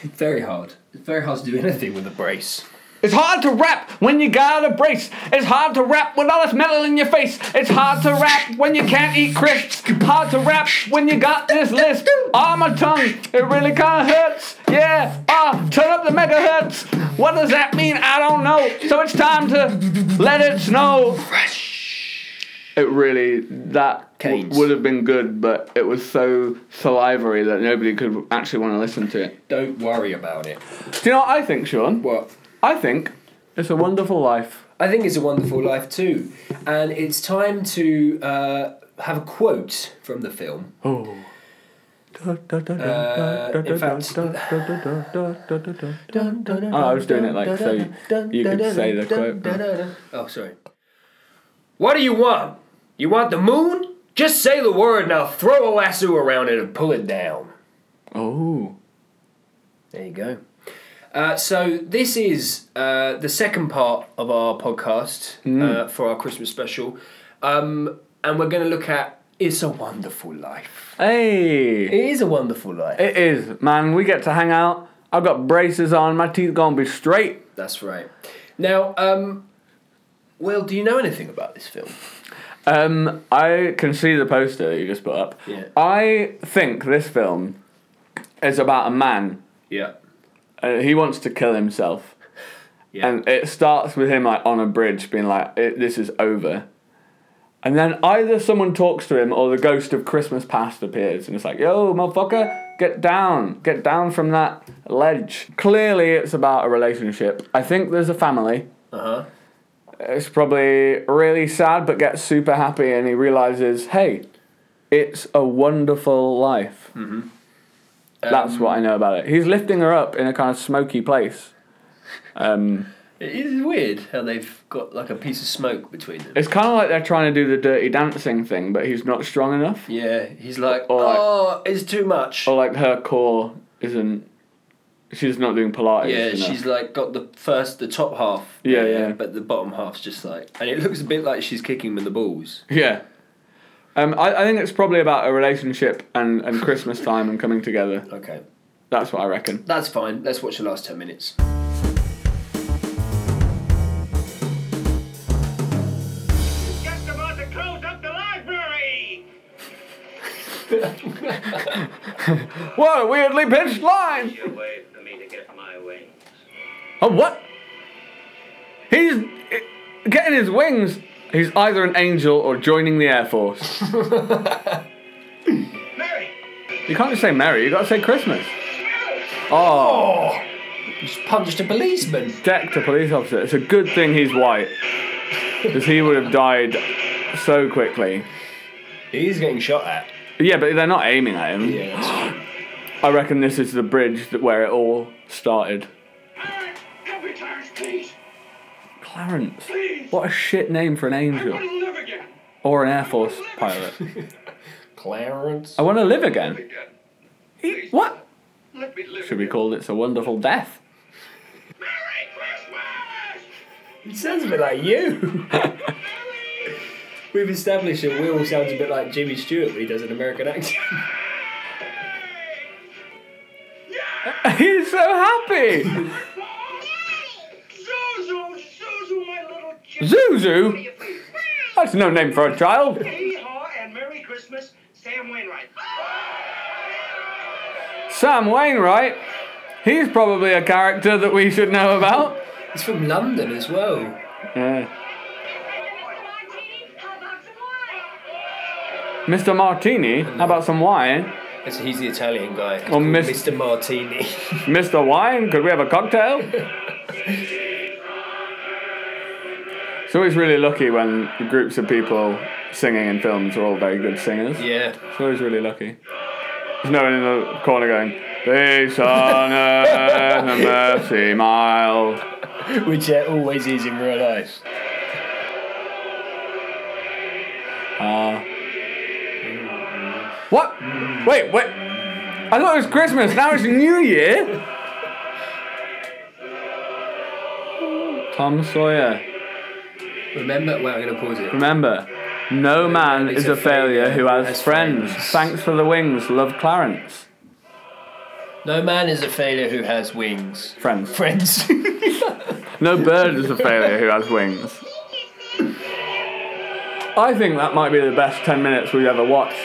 [SPEAKER 2] Very hard. It's very hard to do anything with a brace.
[SPEAKER 1] It's hard to rap when you got a brace. It's hard to rap with all this metal in your face. It's hard to rap when you can't eat crisps. Hard to rap when you got this lisp. Oh, my tongue, it really kinda hurts. Yeah, ah, turn up the megahertz. What does that mean? I don't know. So it's time to let it snow. It really, that
[SPEAKER 2] w- Canes. would
[SPEAKER 1] have been good, but it was so salivary that nobody could actually want to listen to it.
[SPEAKER 2] Don't worry about it.
[SPEAKER 1] Do you know what I think, Sean?
[SPEAKER 2] What?
[SPEAKER 1] I think it's a wonderful life.
[SPEAKER 2] I think it's a wonderful life too, and it's time to uh, have a quote from the film. Uh, in fact,
[SPEAKER 1] Oh, I was doing it like so you could say the quote.
[SPEAKER 2] Oh, sorry. What do you want? You want the moon? Just say the word and I'll throw a lasso around it and pull it down.
[SPEAKER 1] Oh,
[SPEAKER 2] There you go. Uh, so this is uh, the second part of our podcast
[SPEAKER 1] Mm.
[SPEAKER 2] uh, for our Christmas special, um, and we're going to look at "It's a Wonderful Life."
[SPEAKER 1] Hey,
[SPEAKER 2] It is a wonderful life.
[SPEAKER 1] it is, man. We get to hang out. I've got braces on. My teeth gonna be straight.
[SPEAKER 2] That's right. Now, um, well, do you know anything about this film?
[SPEAKER 1] Um, I can see the poster that you just put up.
[SPEAKER 2] Yeah.
[SPEAKER 1] I think this film is about a man.
[SPEAKER 2] Yeah.
[SPEAKER 1] Uh, he wants to kill himself.
[SPEAKER 2] Yeah.
[SPEAKER 1] And it starts with him like on a bridge, being like, "It- "This is over." And then either someone talks to him, or the ghost of Christmas past appears, and it's like, "Yo, motherfucker, get down, get down from that ledge." Clearly, it's about a relationship. I think there's a family.
[SPEAKER 2] Uh huh.
[SPEAKER 1] It's probably really sad, but gets super happy, and he realizes, "Hey, it's a wonderful life." Mm-hmm. That's what I know about it. He's lifting her up in a kind of smoky place. Um,
[SPEAKER 2] It is weird how they've got like a piece of smoke between them.
[SPEAKER 1] It's kind of like they're trying to do the dirty dancing thing, but he's not strong enough.
[SPEAKER 2] Yeah, he's like,
[SPEAKER 1] Or like-
[SPEAKER 2] oh, it's too much.
[SPEAKER 1] Or like her core isn't. She's not doing Pilates.
[SPEAKER 2] yeah,
[SPEAKER 1] enough.
[SPEAKER 2] she's like got the first, the top half.
[SPEAKER 1] Yeah, yeah.
[SPEAKER 2] But the bottom half's just like, and it looks a bit like she's kicking with the balls.
[SPEAKER 1] Yeah. Um, I, I think it's probably about a relationship and, and Christmas time and coming together.
[SPEAKER 2] Okay,
[SPEAKER 1] That's what I reckon.
[SPEAKER 2] that's fine. Let's watch the last ten minutes.
[SPEAKER 7] Just about to close up the library!
[SPEAKER 1] What a weirdly pitched line!
[SPEAKER 7] A way for me to get my wings.
[SPEAKER 1] Oh, what? He's eh, getting his wings. He's either an angel or joining the Air Force.
[SPEAKER 7] Mary!
[SPEAKER 1] You can't just say Merry, you gotta say Christmas.
[SPEAKER 2] Just punched a policeman.
[SPEAKER 1] decked a police officer. It's a good thing he's white, because he would have died so quickly.
[SPEAKER 2] He's getting shot at.
[SPEAKER 1] But yeah, but they're not aiming at him.
[SPEAKER 2] Yeah. that's true.
[SPEAKER 1] I reckon this is the bridge that where it all started.
[SPEAKER 7] Alright, Every Clarence, please!
[SPEAKER 1] Clarence.
[SPEAKER 7] Please!
[SPEAKER 1] What a shit name for an
[SPEAKER 7] I want
[SPEAKER 1] angel
[SPEAKER 7] to live again!
[SPEAKER 1] or an Air Force pilot.
[SPEAKER 2] Clarence.
[SPEAKER 1] I want to live again.
[SPEAKER 7] Again.
[SPEAKER 1] He- what?
[SPEAKER 7] Let me live
[SPEAKER 1] Should be
[SPEAKER 7] again.
[SPEAKER 1] called It's a Wonderful Death.
[SPEAKER 7] Merry Christmas!
[SPEAKER 2] He sounds a bit like you. We've established that Will sounds a bit like Jimmy Stewart when he does an American accent.
[SPEAKER 1] he's so happy.
[SPEAKER 7] Zuzu! Zuzu, my little chicken!
[SPEAKER 1] Zuzu. That's no name for a child.
[SPEAKER 7] Hee-haw and Merry Christmas, Sam Wainwright.
[SPEAKER 1] Sam Wainwright. He's probably a character that we should know about. Uh,
[SPEAKER 2] He's from London as well.
[SPEAKER 1] Yeah.
[SPEAKER 3] Why?
[SPEAKER 1] Mr. Martini, how about some wine?
[SPEAKER 2] So he's the Italian guy. He's
[SPEAKER 1] Or Miss-
[SPEAKER 2] called Mr. Martini.
[SPEAKER 1] Mr. Wine, could we have a cocktail? it's always really lucky when groups of people singing in films are all very good singers.
[SPEAKER 2] yeah.
[SPEAKER 1] It's always really lucky. There's no one in the corner going, Peace on earth and mercy mild.
[SPEAKER 2] Which there always is in real life.
[SPEAKER 1] Ah. what? Wait, wait. I thought it was Christmas, now it's New Year. Tom Sawyer.
[SPEAKER 2] Remember, well, I'm going to pause it.
[SPEAKER 1] Remember, no man is a failure who has friends.
[SPEAKER 2] friends.
[SPEAKER 1] Thanks for the wings. Love Clarence.
[SPEAKER 2] No man is a failure who has wings.
[SPEAKER 1] Friends.
[SPEAKER 2] Friends.
[SPEAKER 1] No bird is a failure who has wings. I think that might be the best 10 minutes we've ever watched.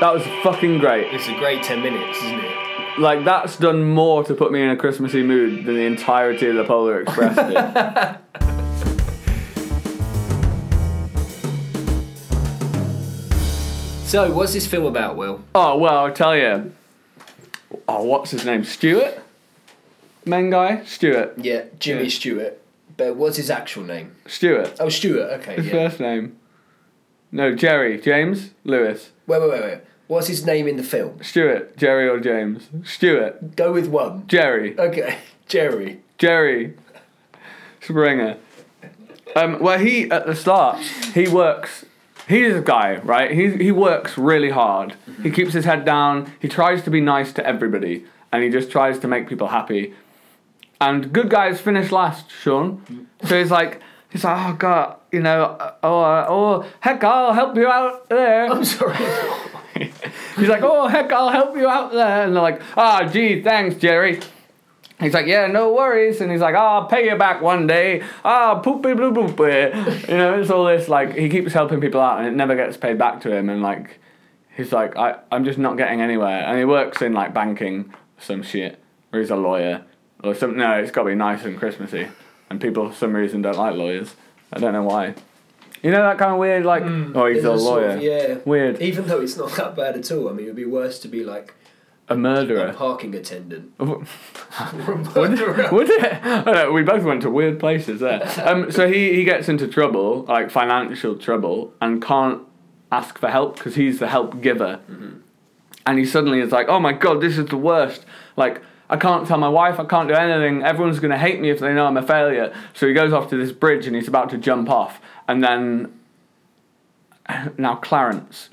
[SPEAKER 1] That was fucking great.
[SPEAKER 2] it's a great 10 minutes, isn't it?
[SPEAKER 1] Like, that's done more to put me in a Christmassy mood than the entirety of the Polar Express did.
[SPEAKER 2] So, what's this film about, Will?
[SPEAKER 1] oh, well, I'll tell you. Oh, what's his name? Stuart? Main guy? Stuart.
[SPEAKER 2] Yeah, Jimmy Stewart. But what's his actual name?
[SPEAKER 1] Stuart.
[SPEAKER 2] Oh, Stewart, okay,
[SPEAKER 1] His
[SPEAKER 2] yeah.
[SPEAKER 1] first name. No, Jerry. James? Lewis.
[SPEAKER 2] Wait, wait, wait, wait. What's his name in the film?
[SPEAKER 1] Stuart, Jerry or James? Stuart,
[SPEAKER 2] Go with one.
[SPEAKER 1] Jerry,
[SPEAKER 2] Okay, Jerry.
[SPEAKER 1] Jerry Springer. Um, well, he at the start he works. He's a guy, right? He he works really hard. He keeps his head down. He tries to be nice to everybody, and he just tries to make people happy. and good guys finish last, Sean. So he's like, he's like, oh god, you know, uh, oh, uh, oh, heck, I'll help you out there.
[SPEAKER 8] I'm sorry.
[SPEAKER 1] He's like, oh heck, I'll help you out there, and they're like, ah, gee, thanks, Jerry. He's like, yeah, no worries, and he's like, "Ah, I'll pay you back one day. Ah, poopy blue bloopy. You know, it's all this like he keeps helping people out, and it never gets paid back to him, and like, he's like, I, I'm just not getting anywhere, and he works in like banking, or some shit, or he's a lawyer, or some. No, it's got to be nice and Christmassy, and people for some reason don't like lawyers. I don't know why. You know that kind of weird like, oh, he's
[SPEAKER 8] It's
[SPEAKER 1] a
[SPEAKER 8] a Hmm. sort
[SPEAKER 1] lawyer.
[SPEAKER 8] of- yeah.
[SPEAKER 1] Weird.
[SPEAKER 8] Even though it's not that bad at all, I mean, it'd be worse to be like
[SPEAKER 1] a
[SPEAKER 8] a
[SPEAKER 1] murderer.
[SPEAKER 8] parking attendant.
[SPEAKER 1] Would it? I don't know, we both went to weird places there. Um, so he, he gets into trouble, like financial trouble, and can't ask for help because he's the help giver. And he suddenly is like, oh my god, this is the worst. Like, I can't tell my wife, I can't do anything. Everyone's going to hate me if they know I'm a failure. So he goes off to this bridge and he's about to jump off. And then. Now, Clarence.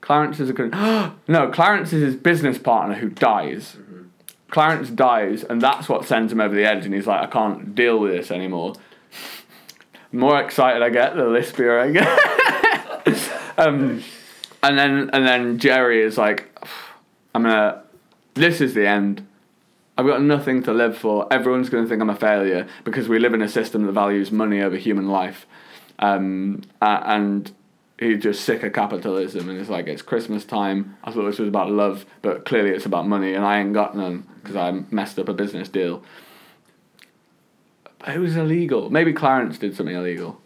[SPEAKER 1] Clarence is a good. no, Clarence is his business partner who dies. Clarence dies, and that's what sends him over the edge. And he's like, I can't deal with this anymore. The more excited I get, the lispier I get. um, and then and then Jerry is like, I'm gonna. This is the end. I've got nothing to live for. Everyone's gonna think I'm a failure because we live in a system that values money over human life. Um, a- and he's just sick of capitalism and it's like it's christmas time i thought this was about love but clearly it's about money and i ain't got none because i messed up a business deal but it was illegal maybe clarence did something illegal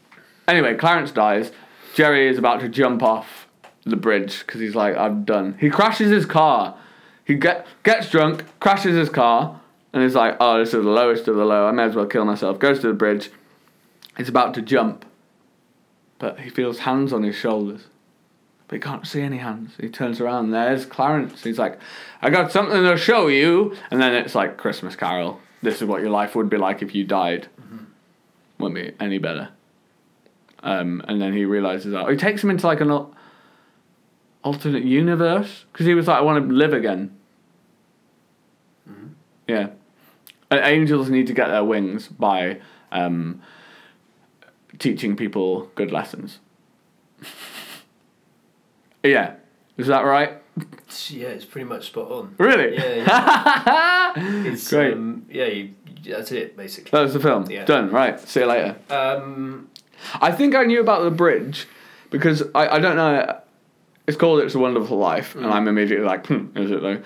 [SPEAKER 1] anyway clarence dies jerry is about to jump off the bridge because he's like i'm done he crashes his car he get, gets drunk crashes his car and he's like oh this is the lowest of the low i may as well kill myself goes to the bridge he's about to jump but he feels hands on his shoulders. But he can't see any hands. He turns around, there's Clarence. He's like, I got something to show you. And then it's like Christmas Carol. This is what your life would be like if you died. Wouldn't be any better. Um, and then he realizes that. He takes him into like an al- alternate universe. Because he was like, I want to live again. Yeah. And angels need to get their wings by um, teaching people good lessons. yeah. Is that right?
[SPEAKER 8] It's- yeah, it's pretty much spot on.
[SPEAKER 1] Really?
[SPEAKER 8] Yeah, yeah. it's,
[SPEAKER 1] Great.
[SPEAKER 8] Um, yeah, you, that's it basically.
[SPEAKER 1] That was the film.
[SPEAKER 8] Yeah.
[SPEAKER 1] Done. Right. See you later.
[SPEAKER 2] Uh,
[SPEAKER 8] Um,
[SPEAKER 1] I think I knew about the bridge because I, I don't know. It's called It's a Wonderful Life,
[SPEAKER 8] Mm.
[SPEAKER 1] and I'm immediately like, hmm, is it though?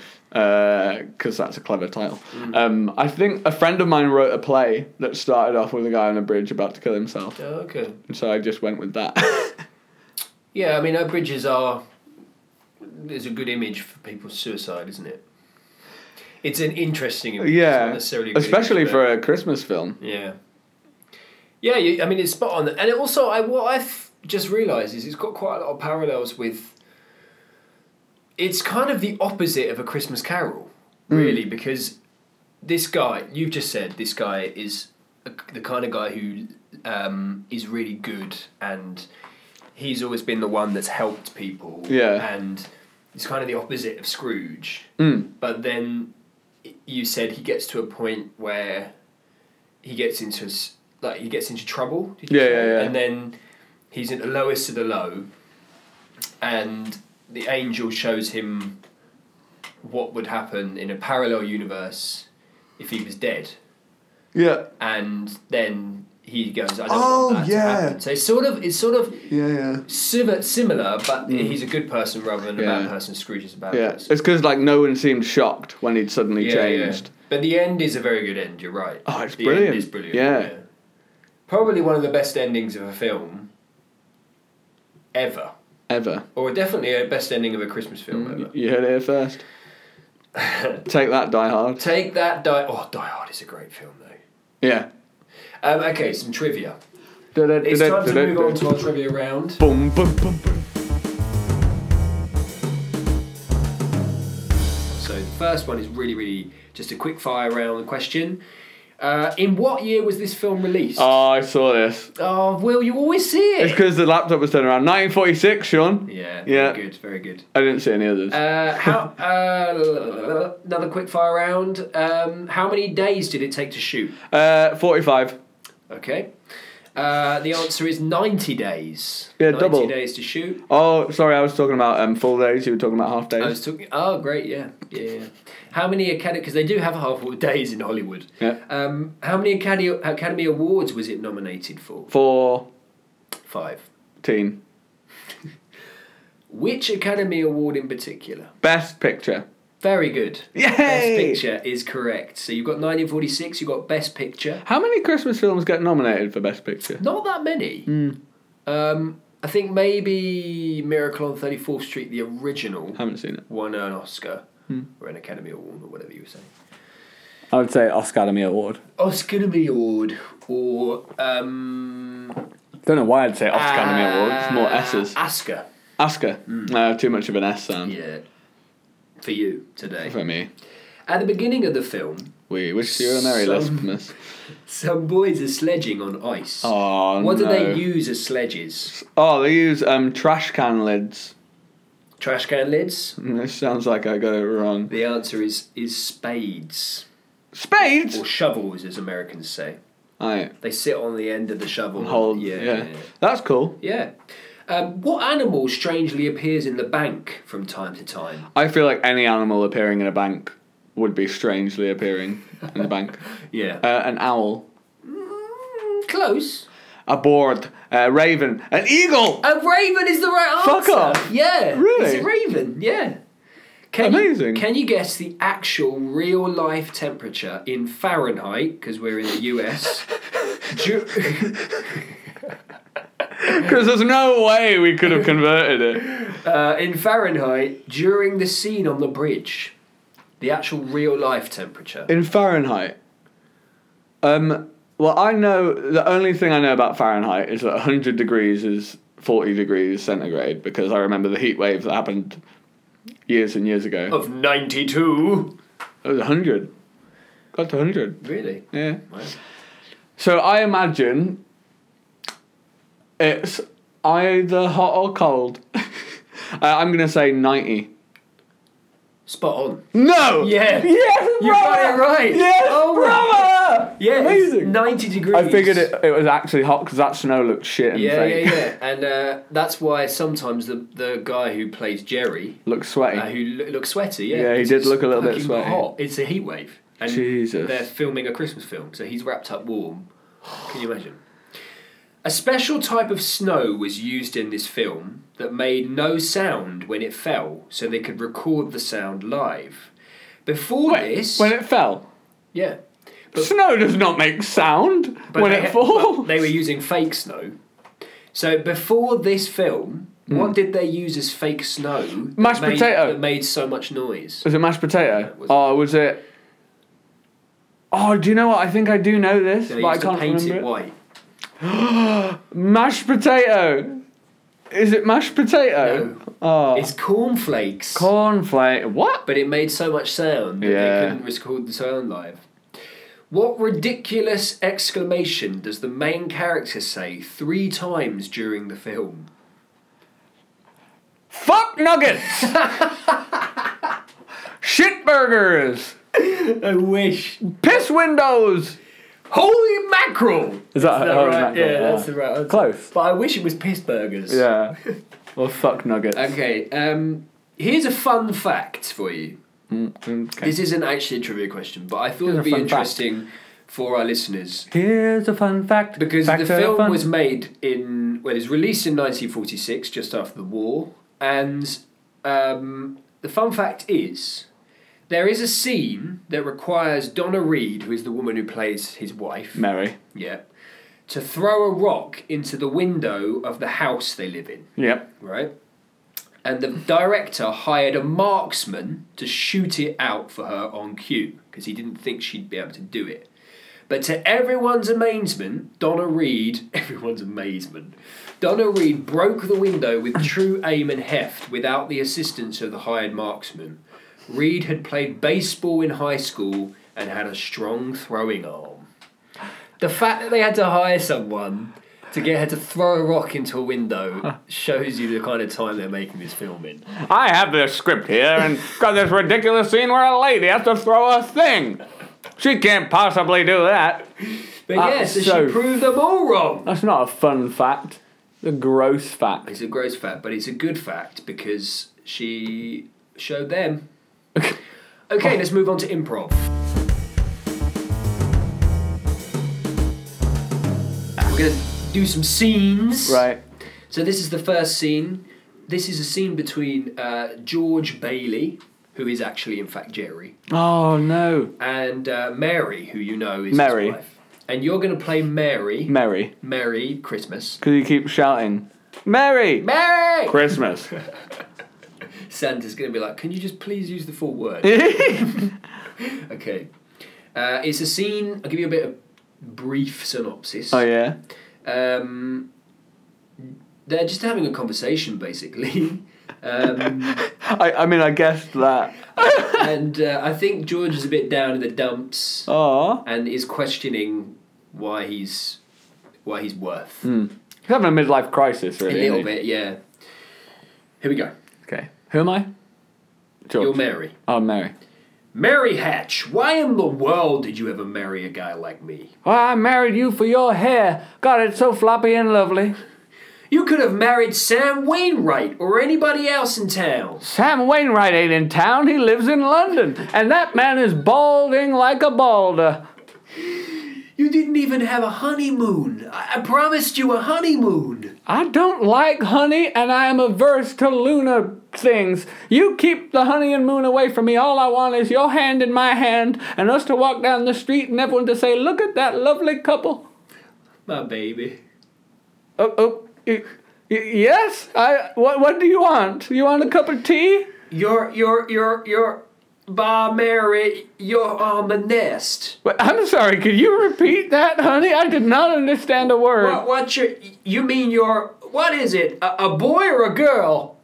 [SPEAKER 1] Because that's a clever title.
[SPEAKER 8] Mm.
[SPEAKER 1] Um, I think a friend of mine wrote a play that started off with a guy on a bridge about to kill himself,
[SPEAKER 8] oh, okay.
[SPEAKER 1] and so I just went with that.
[SPEAKER 8] Yeah, I mean, our bridges are is a good image for people's suicide, isn't it? It's an interesting image. It's not
[SPEAKER 1] yeah,
[SPEAKER 8] necessarily a good
[SPEAKER 1] especially
[SPEAKER 8] image,
[SPEAKER 1] for a Christmas film.
[SPEAKER 8] but- yeah, yeah. You, I mean, it's spot on, and it also, I what I've just realised is it's got quite a lot of parallels with. It's kind of the opposite of a Christmas Carol, really, because this guy you've just said this guy is a, the kind of guy who um, is really good and he's always been the one that's helped people
[SPEAKER 1] Yeah.
[SPEAKER 8] and it's kind of the opposite of scrooge
[SPEAKER 1] Mm.
[SPEAKER 8] but then y- you said he gets to a point where he gets into s- like he gets into trouble did you
[SPEAKER 1] Yeah,
[SPEAKER 8] say?
[SPEAKER 1] yeah, yeah.
[SPEAKER 8] and then he's at the lowest of the low and the angel shows him what would happen in a parallel universe if he was dead
[SPEAKER 1] Yeah,
[SPEAKER 8] and then he goes i don't
[SPEAKER 1] Oh,
[SPEAKER 8] want that
[SPEAKER 1] yeah.
[SPEAKER 8] to happen so it's sort of it's sort of
[SPEAKER 1] yeah, yeah.
[SPEAKER 8] similar, similar but he's a good person rather than a
[SPEAKER 1] Mm. Yeah.
[SPEAKER 8] bad person scrooge is a bad
[SPEAKER 1] Yeah, it's
[SPEAKER 8] person
[SPEAKER 1] because like no one seemed shocked when he'd suddenly changed.
[SPEAKER 8] but the end is a very good end you're right
[SPEAKER 1] Oh, it's
[SPEAKER 8] the
[SPEAKER 1] brilliant.
[SPEAKER 8] end is brilliant
[SPEAKER 1] Yeah.
[SPEAKER 8] probably one of the best endings of a film ever
[SPEAKER 1] Ever.
[SPEAKER 8] or definitely a best ending of a christmas film ever
[SPEAKER 1] You heard it here first. Take that, Die Hard.
[SPEAKER 8] take that die oh die hard is a great film though
[SPEAKER 1] Yeah.
[SPEAKER 8] um, okay some trivia it's time to move on to
[SPEAKER 1] Boom,
[SPEAKER 8] our trivia round
[SPEAKER 1] boom, boom, boom.
[SPEAKER 8] So the first one is really, really just a quick fire round question. Uh, in what year was this film released?
[SPEAKER 1] Oh, I saw this.
[SPEAKER 8] oh, Will, you always see
[SPEAKER 1] It's
[SPEAKER 8] it.
[SPEAKER 1] because the laptop was turned around. 1946, Sean.
[SPEAKER 8] Yeah, very
[SPEAKER 1] Yeah.
[SPEAKER 8] good, very good.
[SPEAKER 1] I didn't see any others.
[SPEAKER 8] Uh, how, uh, another quick fire round. Um, how many days did it take to shoot?
[SPEAKER 1] Uh, 45.
[SPEAKER 8] Okay. Uh, the answer is 90 days.
[SPEAKER 1] Yeah,
[SPEAKER 8] 90
[SPEAKER 1] double.
[SPEAKER 8] days to shoot.
[SPEAKER 1] Oh, sorry, I was talking about um, full days. You were talking about half
[SPEAKER 8] I
[SPEAKER 1] days.
[SPEAKER 8] was talking. Oh, great! Yeah, yeah. yeah. How many academy? Because they do have half days in Hollywood.
[SPEAKER 1] Yeah.
[SPEAKER 8] Um, how many academy Academy Awards was it nominated for?
[SPEAKER 1] 14.
[SPEAKER 8] Five. Which Academy Award in particular?
[SPEAKER 1] Best picture.
[SPEAKER 8] Very good.
[SPEAKER 1] Yay!
[SPEAKER 8] Best Picture is correct. So you've got 1946. You've got Best Picture.
[SPEAKER 1] How many Christmas films get nominated for Best Picture?
[SPEAKER 8] Not that many.
[SPEAKER 1] Hmm.
[SPEAKER 8] Um, I think maybe Miracle on 34th Street, the original,
[SPEAKER 1] Haven't seen it.
[SPEAKER 8] won an Oscar
[SPEAKER 1] Hmm.
[SPEAKER 8] or an Academy Award or whatever you were saying.
[SPEAKER 9] I would say Oscar Academy Award.
[SPEAKER 8] Oscar Award or um,
[SPEAKER 9] Don't know why I'd say
[SPEAKER 1] Oscar Academy Award. It's more S's.
[SPEAKER 8] Oscar.
[SPEAKER 1] Oscar.
[SPEAKER 8] Mm.
[SPEAKER 1] No, too much of an S sound
[SPEAKER 8] Yeah. For you today.
[SPEAKER 1] for me.
[SPEAKER 8] At the beginning of the film,
[SPEAKER 1] We wish you a merry
[SPEAKER 8] Some-
[SPEAKER 1] Christmas.
[SPEAKER 8] some boys are sledging on ice.
[SPEAKER 1] Oh
[SPEAKER 8] what
[SPEAKER 1] no.
[SPEAKER 8] do they use as sledges?
[SPEAKER 1] Oh, they use um trash can lids.
[SPEAKER 8] Trash can lids?
[SPEAKER 1] This sounds like I got it wrong.
[SPEAKER 8] The answer is is spades.
[SPEAKER 1] Spades.
[SPEAKER 8] Or shovels as Americans say.
[SPEAKER 1] Alright,
[SPEAKER 8] They sit on the end of the shovel.
[SPEAKER 1] hold.
[SPEAKER 8] Yeah.
[SPEAKER 1] Yeah,
[SPEAKER 8] yeah.
[SPEAKER 1] that's cool.
[SPEAKER 8] yeah. Um, what animal strangely appears in the bank from time to time?
[SPEAKER 1] I feel like any animal appearing in a bank would be strangely appearing in the bank.
[SPEAKER 8] Yeah.
[SPEAKER 1] Uh, an owl,
[SPEAKER 8] Mm, close.
[SPEAKER 1] a board, a raven, an eagle.
[SPEAKER 8] A raven is the right answer.
[SPEAKER 1] Fuck off.
[SPEAKER 8] Yeah.
[SPEAKER 1] Really?
[SPEAKER 8] It's a raven. Yeah. Can
[SPEAKER 1] Amazing.
[SPEAKER 8] You, can you guess the actual real life temperature in Fahrenheit? Because we're in the US. Ju-
[SPEAKER 1] Because there's no way we could have converted it.
[SPEAKER 8] uh, in Fahrenheit during the scene on the bridge. The actual real life temperature.
[SPEAKER 1] In Fahrenheit. Um. Well, I know the only thing I know about Fahrenheit is that 100 degrees is 40 degrees centigrade because I remember the heat wave that happened years and years ago.
[SPEAKER 8] Of 92.
[SPEAKER 1] It was 100. Got to 100.
[SPEAKER 8] Really?
[SPEAKER 1] Yeah. So I imagine it's either hot or cold. Uh, I'm going to say 90.
[SPEAKER 8] Spot on.
[SPEAKER 1] No!
[SPEAKER 8] Yeah.
[SPEAKER 1] Yes,
[SPEAKER 8] You got
[SPEAKER 1] brother!
[SPEAKER 8] it right.
[SPEAKER 1] Yes,
[SPEAKER 8] Oh my-
[SPEAKER 1] brother!
[SPEAKER 8] Yeah. it's
[SPEAKER 1] Amazing.
[SPEAKER 8] 90 degrees.
[SPEAKER 1] I figured it, it was actually hot because that snow looked shit and
[SPEAKER 8] Yeah,
[SPEAKER 1] fake.
[SPEAKER 8] yeah, yeah. And uh, that's why sometimes the, the guy who plays Jerry,
[SPEAKER 1] looked sweaty.
[SPEAKER 8] Uh, who lo- look sweaty, yeah.
[SPEAKER 1] Yeah, he
[SPEAKER 8] It's
[SPEAKER 1] did
[SPEAKER 8] just
[SPEAKER 1] look a little bit
[SPEAKER 8] fucking
[SPEAKER 1] sweaty.
[SPEAKER 8] Hot. It's a heat wave. And
[SPEAKER 1] Jesus.
[SPEAKER 8] They're filming a Christmas film, so he's wrapped up warm. Can you imagine? A special type of snow was used in this film that made no sound when it fell, so they could record the sound live. Before this,
[SPEAKER 1] when it fell.
[SPEAKER 8] yeah,
[SPEAKER 1] Snow does not make sound
[SPEAKER 8] But
[SPEAKER 1] when
[SPEAKER 8] they,
[SPEAKER 1] it
[SPEAKER 8] but
[SPEAKER 1] falls.
[SPEAKER 8] they were using fake snow. So before this film, what did they use as fake snow? that
[SPEAKER 1] Hmm. Mashed
[SPEAKER 8] made-
[SPEAKER 1] potato.
[SPEAKER 8] that made so much noise.
[SPEAKER 1] Was it mashed potato?
[SPEAKER 8] it was-
[SPEAKER 1] oh, was it? Oh, do you know what? I think I do know this,
[SPEAKER 8] They
[SPEAKER 1] but I
[SPEAKER 8] used to
[SPEAKER 1] can't
[SPEAKER 8] paint
[SPEAKER 1] remember.
[SPEAKER 8] it
[SPEAKER 1] It.
[SPEAKER 8] white.
[SPEAKER 1] Mashed potato. Is it mashed potato?
[SPEAKER 8] No.
[SPEAKER 1] Oh,
[SPEAKER 8] It's cornflakes.
[SPEAKER 1] cornflake. What?
[SPEAKER 8] but it made so much sound that
[SPEAKER 1] Yeah.
[SPEAKER 8] they couldn't record the sound live. What ridiculous exclamation does the main character say three times during the film?
[SPEAKER 1] Fuck nuggets. Shit burgers.
[SPEAKER 8] I wish.
[SPEAKER 1] Piss windows.
[SPEAKER 8] Holy mackerel!
[SPEAKER 9] Is that,
[SPEAKER 8] Is that
[SPEAKER 9] oh,
[SPEAKER 8] right?
[SPEAKER 9] Matt-
[SPEAKER 8] yeah, that's the right answer.
[SPEAKER 9] Close.
[SPEAKER 8] But I wish it was piss burgers.
[SPEAKER 1] Yeah. Or fuck nuggets.
[SPEAKER 8] Okay, um, here's a fun fact for you.
[SPEAKER 1] Okay.
[SPEAKER 8] This isn't actually a trivia question, but I thought
[SPEAKER 9] Mm, Here's a
[SPEAKER 8] it'd be
[SPEAKER 9] fun fact.
[SPEAKER 8] interesting for our listeners
[SPEAKER 9] Here's a fun fact.
[SPEAKER 8] Because
[SPEAKER 9] Fact
[SPEAKER 8] the
[SPEAKER 9] or
[SPEAKER 8] film
[SPEAKER 9] fun?
[SPEAKER 8] was made in well, it was released in 1946, just after the war, and um, the fun fact is there is a scene that requires Donna Reed, who is the woman who plays his wife,
[SPEAKER 1] Merry.
[SPEAKER 8] yeah, to throw a rock into the window of the house they live in,
[SPEAKER 1] Yep.
[SPEAKER 8] right? And the director hired a marksman to shoot it out for her on cue because he didn't think she'd be able to do it. But to everyone's amazement, Donna Reed, everyone's amazement, Donna Reed broke the window with true aim and heft without the assistance of the hired marksman. Reed had played baseball in high school and had a strong throwing arm. The fact that they had to hire someone to get her to throw a rock into a window shows you the kind of time they're making this film in.
[SPEAKER 1] I have this script here and got this ridiculous scene where a lady has to throw a thing. She can't possibly do that.
[SPEAKER 8] But
[SPEAKER 1] That's
[SPEAKER 8] yes, yeah, so
[SPEAKER 1] so-
[SPEAKER 8] she proved them all wrong.
[SPEAKER 1] That's not a fun fact. The gross fact.
[SPEAKER 8] It's a gross fact, but it's a good fact because she showed them. Okay, let's move on to improv. We're gonna do some scenes.
[SPEAKER 1] Right.
[SPEAKER 8] So this is the first scene. This is a scene between uh, George Bailey, who is actually in fact Jerry,
[SPEAKER 1] Oh no.
[SPEAKER 8] and uh, Mary, who you know is
[SPEAKER 1] Mary.
[SPEAKER 8] his wife. And you're gonna play Mary.
[SPEAKER 1] Mary.
[SPEAKER 8] Merry Christmas.
[SPEAKER 1] Because you keep shouting, Mary!
[SPEAKER 8] Mary.
[SPEAKER 1] Christmas.
[SPEAKER 8] Santa's gonna be like, can you just please use the full word? Okay. Uh, it's a scene. I'll give you a bit of brief synopsis.
[SPEAKER 1] oh yeah.
[SPEAKER 8] Um, they're just having a conversation, basically. Um,
[SPEAKER 1] I, I mean, I guessed that.
[SPEAKER 8] and uh, I think George is a bit down in the dumps
[SPEAKER 1] Oh,
[SPEAKER 8] and is questioning why he's why he's worth
[SPEAKER 1] he's having a midlife crisis,
[SPEAKER 8] a
[SPEAKER 1] Hmm. really.
[SPEAKER 8] little
[SPEAKER 1] isn't
[SPEAKER 8] bit. Yeah. Here we go.
[SPEAKER 1] he? Okay. Who am I? George.
[SPEAKER 8] You're Mary.
[SPEAKER 1] Oh, Mary.
[SPEAKER 8] Mary Hatch. Why in the world did you ever marry a guy like me?
[SPEAKER 1] Oh, I married you for your hair. God, it's so floppy and lovely.
[SPEAKER 8] You could have married Sam Wainwright or anybody else in town.
[SPEAKER 1] Sam Wainwright ain't in town. He lives in London, and that man is balding like a balder.
[SPEAKER 8] You didn't even have a honeymoon. I, I promised you a honeymoon.
[SPEAKER 1] I don't like honey, and I am averse to lunar things. You keep the honey and moon away from me. All I want is your hand in my hand, and us to walk down the street, and everyone to say, "Look at that lovely couple."
[SPEAKER 8] My baby.
[SPEAKER 1] Oh, oh y- y- yes. I. What? What do you want? You want a cup of tea?
[SPEAKER 8] You're, you're, you're, you're, by Mary, you're on the nest.
[SPEAKER 1] Wait, I'm sorry. Could you repeat that, honey? I did not understand a word.
[SPEAKER 8] What, what your, you mean you're, what is it? A, a boy or a girl?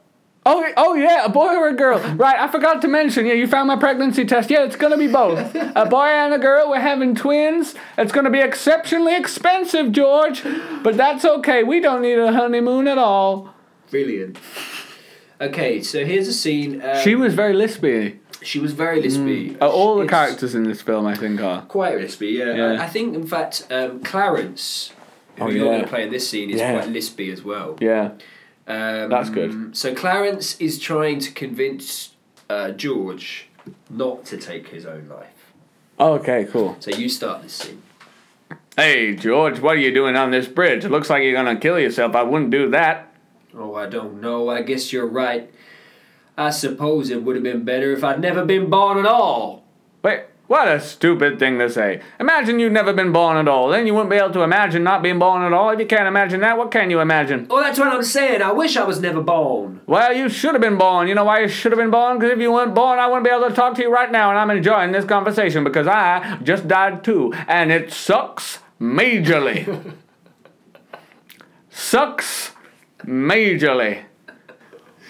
[SPEAKER 1] Oh, oh yeah, a boy or a girl. Right, I forgot to mention. Yeah, you found my pregnancy test. Yeah, it's gonna be both. a boy and a girl. We're having twins. It's gonna be exceptionally expensive, George. But that's okay. We don't need a honeymoon at all.
[SPEAKER 8] Brilliant. Okay, so here's a scene. Um,
[SPEAKER 1] She was very lispy. Uh,
[SPEAKER 8] she was very lispy.
[SPEAKER 1] all the
[SPEAKER 8] It's
[SPEAKER 1] characters in this film, I think, are.
[SPEAKER 8] Quite lispy, yeah.
[SPEAKER 1] Yeah.
[SPEAKER 8] I, I think, in fact, um, Clarence, who
[SPEAKER 1] Oh,
[SPEAKER 8] you're going
[SPEAKER 1] yeah.
[SPEAKER 8] to play in this scene, is
[SPEAKER 1] Yeah.
[SPEAKER 8] quite lispy as well.
[SPEAKER 1] Yeah,
[SPEAKER 8] Um,
[SPEAKER 1] That's good.
[SPEAKER 8] So Clarence is trying to convince uh, George not to take his own life.
[SPEAKER 1] Okay, cool.
[SPEAKER 8] So you start this scene.
[SPEAKER 1] Hey, George, what are you doing on this bridge? It looks like you're gonna kill yourself. I wouldn't do that.
[SPEAKER 8] Oh, I don't know. I guess you're right. I suppose it would have been better if I'd never been born at all.
[SPEAKER 1] Wait, what a stupid thing to say. Imagine you'd never been born at all. Then you wouldn't be able to imagine not being born at all. If you can't imagine that, what can you imagine?
[SPEAKER 8] Oh, that's what I'm saying. I wish I was never born.
[SPEAKER 1] Well, you should have been born. You know why you should have been born? Because if you weren't born, I wouldn't be able to talk to you right now, and I'm enjoying this conversation because I just died too, and it sucks majorly. sucks majorly.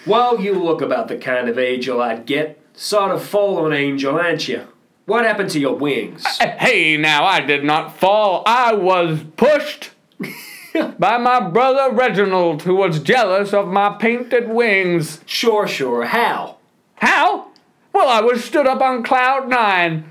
[SPEAKER 8] Well, you look about the kind of angel I'd get. Sort of fallen angel, aren't you? What happened to your wings?
[SPEAKER 1] Hey, now I did not fall. I was pushed by my brother Reginald, who was jealous of my painted wings.
[SPEAKER 8] Sure, sure. How?
[SPEAKER 1] How? Well, I was stood up on cloud nine,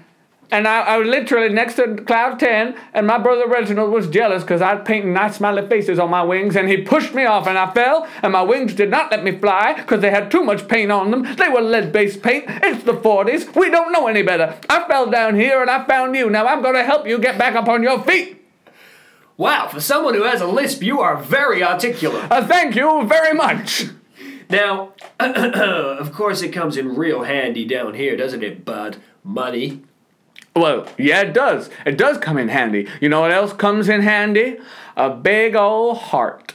[SPEAKER 1] and I, I was literally next to cloud ten, and my brother Reginald was jealous because I'd painted nice smiley faces on my wings, and he pushed me off, and I fell, and my wings did not let me fly because they had too much paint on them. They were lead-based paint. It's the 40s. We don't know any better. I fell down here, and I found you. Now I'm going to help you get back up on your feet.
[SPEAKER 8] Wow, for someone who has a lisp, you are very articulate.
[SPEAKER 1] Uh, thank you very much.
[SPEAKER 8] Now, of course, it comes in real handy down here, doesn't it, bud? Money.
[SPEAKER 1] Well, yeah, it does. It does come in handy. You know what else comes in handy? A big old heart.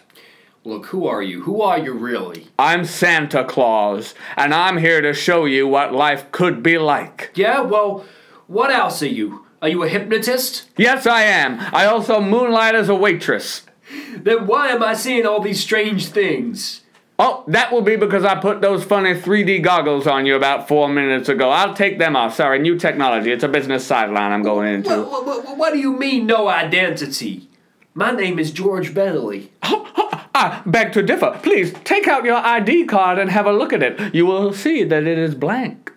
[SPEAKER 8] Look, who are you? Who are you really?
[SPEAKER 1] I'm Santa Claus, and I'm here to show you what life could be like.
[SPEAKER 8] Yeah, well, what else are you? Are you a hypnotist?
[SPEAKER 1] Yes, I am. I also moonlight as a waitress.
[SPEAKER 8] Then why am I seeing all these strange things?
[SPEAKER 1] Oh, that will be because I put those funny 3D goggles on you about four minutes ago. I'll take them off. Sorry, new technology. It's a business sideline I'm going into.
[SPEAKER 8] What, what, what, what do you mean, no identity? My name is George Bentley.
[SPEAKER 1] I Ah, beg to differ. Please take out your ID card and have a look at it. You will see that it is blank.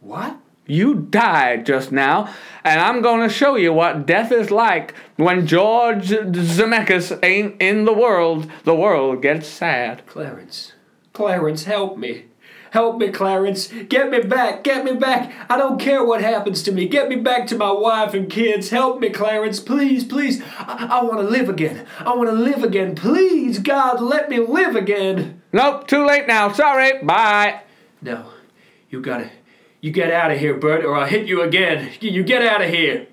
[SPEAKER 8] What?
[SPEAKER 1] You died just now, and I'm going to show you what death is like when George Zemeckis ain't in the world. The world gets sad.
[SPEAKER 8] Clarence. Clarence, help me. Help me, Clarence. Get me back. Get me back. I don't care what happens to me. Get me back to my wife and kids. Help me, Clarence. Please, please. I, I want to live again. I want to live again. Please, God, let me live again.
[SPEAKER 1] Nope, too late now. Sorry. Bye.
[SPEAKER 8] No, you gotta. You get out of here, Bert, or I'll hit you again. You- You get out of here.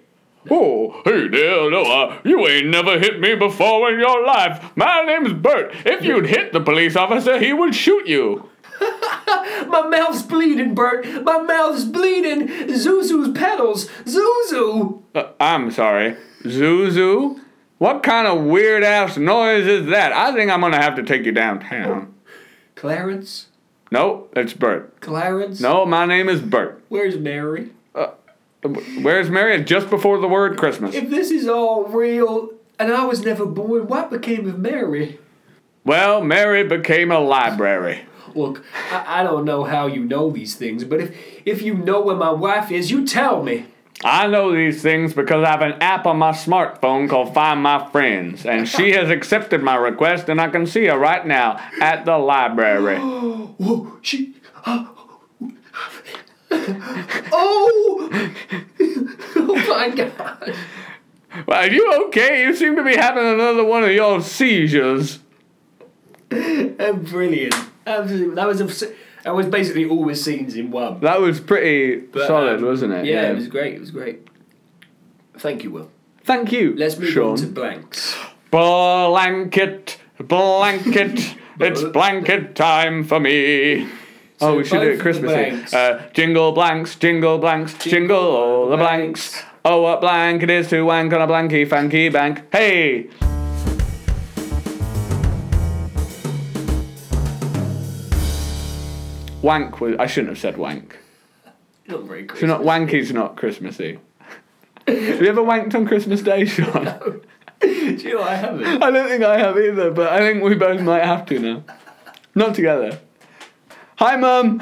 [SPEAKER 1] Oh, hey there, Noah. You ain't never hit me before in your life. My name's Bert. If you'd hit the police officer, he would shoot you.
[SPEAKER 8] My mouth's bleeding, Bert. My mouth's bleeding. Zuzu's petals. Zuzu.
[SPEAKER 1] Uh, I'm sorry. Zuzu? What kind of weird ass noise is that? I think I'm gonna have to take you downtown.
[SPEAKER 8] Clarence.
[SPEAKER 1] No, it's Bert.
[SPEAKER 8] Clarence.
[SPEAKER 1] No, my name is Bert.
[SPEAKER 8] Where's Mary?
[SPEAKER 1] Where's Mary? Just before the word Christmas.
[SPEAKER 8] If this is all real, and I was never born, what became of Mary?
[SPEAKER 1] Well, Mary became a library.
[SPEAKER 8] Look, I, I don't know how you know these things, but if if you know where my wife is, you tell me.
[SPEAKER 1] I know these things because I have an app on my smartphone called Find My Friends, and she has accepted my request, and I can see her right now at the library.
[SPEAKER 8] Whoa, she. oh! oh my god.
[SPEAKER 1] Well, are you okay? You seem to be having another one of your seizures.
[SPEAKER 8] Uh, brilliant. Absolutely. That was a, s- that was basically all the scenes in one.
[SPEAKER 1] That was pretty
[SPEAKER 8] But,
[SPEAKER 1] solid,
[SPEAKER 8] um,
[SPEAKER 1] wasn't it?
[SPEAKER 8] Yeah, it was great. It was great. Thank you, Will.
[SPEAKER 1] Thank you.
[SPEAKER 8] Let's move
[SPEAKER 1] Sean.
[SPEAKER 8] on to blanks.
[SPEAKER 1] Blanket, blanket, it's blanket time for me. oh, we should do
[SPEAKER 8] both
[SPEAKER 1] it
[SPEAKER 8] of the blanks.
[SPEAKER 1] Christmassy. Uh, jingle blanks, jingle blanks, jingle, all the blanks.
[SPEAKER 8] blanks.
[SPEAKER 1] Oh, what blank it is to wank on a blanky funky bank. Hey! Wank was. I shouldn't have said wank.
[SPEAKER 8] Not very good.
[SPEAKER 1] So not wanky's not Christmassy. have you ever wanked on Christmas Day, Sean?
[SPEAKER 8] Do you know what I haven't?
[SPEAKER 1] I don't think I have either, but I think we both might have to now. Not together. Hi, Mum!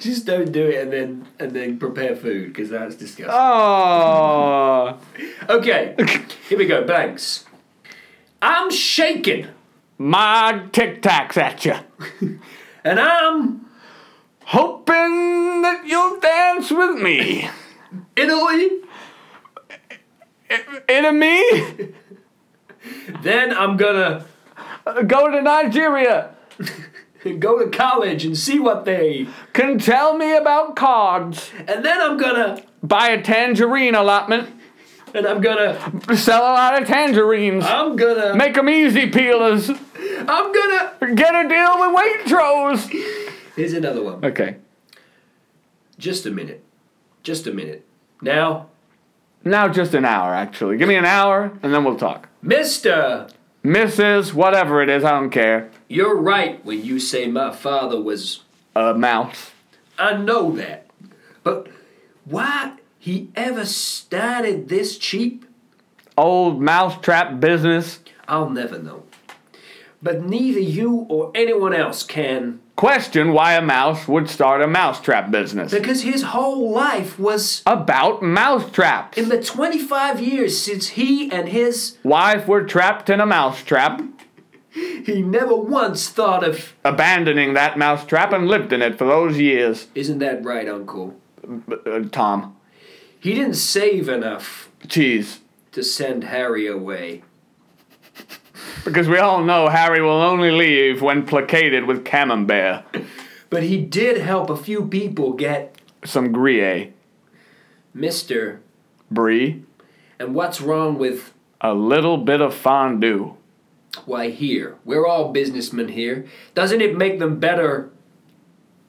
[SPEAKER 8] Just don't do it and then and then prepare food because that's disgusting.
[SPEAKER 1] Oh,
[SPEAKER 8] Okay, here we go. Blanks. I'm shaking
[SPEAKER 1] my tic tacs at you.
[SPEAKER 8] and I'm
[SPEAKER 1] Hoping that you'll dance with me.
[SPEAKER 8] Italy.
[SPEAKER 1] Enemy,
[SPEAKER 8] Then I'm gonna
[SPEAKER 1] go to Nigeria.
[SPEAKER 8] go to college and see what they.
[SPEAKER 1] Can tell me about cards.
[SPEAKER 8] And then I'm gonna
[SPEAKER 1] Buy a tangerine allotment.
[SPEAKER 8] and I'm gonna
[SPEAKER 1] Sell a lot of tangerines.
[SPEAKER 8] I'm gonna
[SPEAKER 1] Make 'em easy peelers.
[SPEAKER 8] I'm gonna.
[SPEAKER 1] Get a deal with Waitrose.
[SPEAKER 8] Here's another one.
[SPEAKER 1] Okay.
[SPEAKER 8] Just a minute. Just a minute. Now,
[SPEAKER 1] Now just an hour, actually. Give me an hour, and then we'll talk.
[SPEAKER 8] Mister,
[SPEAKER 1] Mrs. Whatever it is, I don't care.
[SPEAKER 8] you're right when you say my father was.
[SPEAKER 1] A mouse.
[SPEAKER 8] I know that, but why he ever started this cheap?
[SPEAKER 1] Old mousetrap business.
[SPEAKER 8] I'll never know. But neither you or anyone else can,
[SPEAKER 1] Question why a mouse would start a mousetrap business.
[SPEAKER 8] because his whole life was
[SPEAKER 1] About mousetraps.
[SPEAKER 8] in the 25 years since he and his.
[SPEAKER 1] Why, if we're trapped in a mousetrap,
[SPEAKER 8] He never once thought of.
[SPEAKER 1] abandoning that mousetrap and lived in it for those years?
[SPEAKER 8] Isn't that right, Uncle?
[SPEAKER 1] Uh, Tom.
[SPEAKER 8] He didn't save enough
[SPEAKER 1] Cheese.
[SPEAKER 8] to send Harry away.
[SPEAKER 1] Because we all know Harry will only leave when placated with camembert.
[SPEAKER 8] But he did help a few people get
[SPEAKER 1] Some Gruyere.
[SPEAKER 8] Mr.
[SPEAKER 1] Brie.
[SPEAKER 8] And what's wrong with
[SPEAKER 1] A little bit of fondue.
[SPEAKER 8] why here? We're all businessmen here. Doesn't it make them better?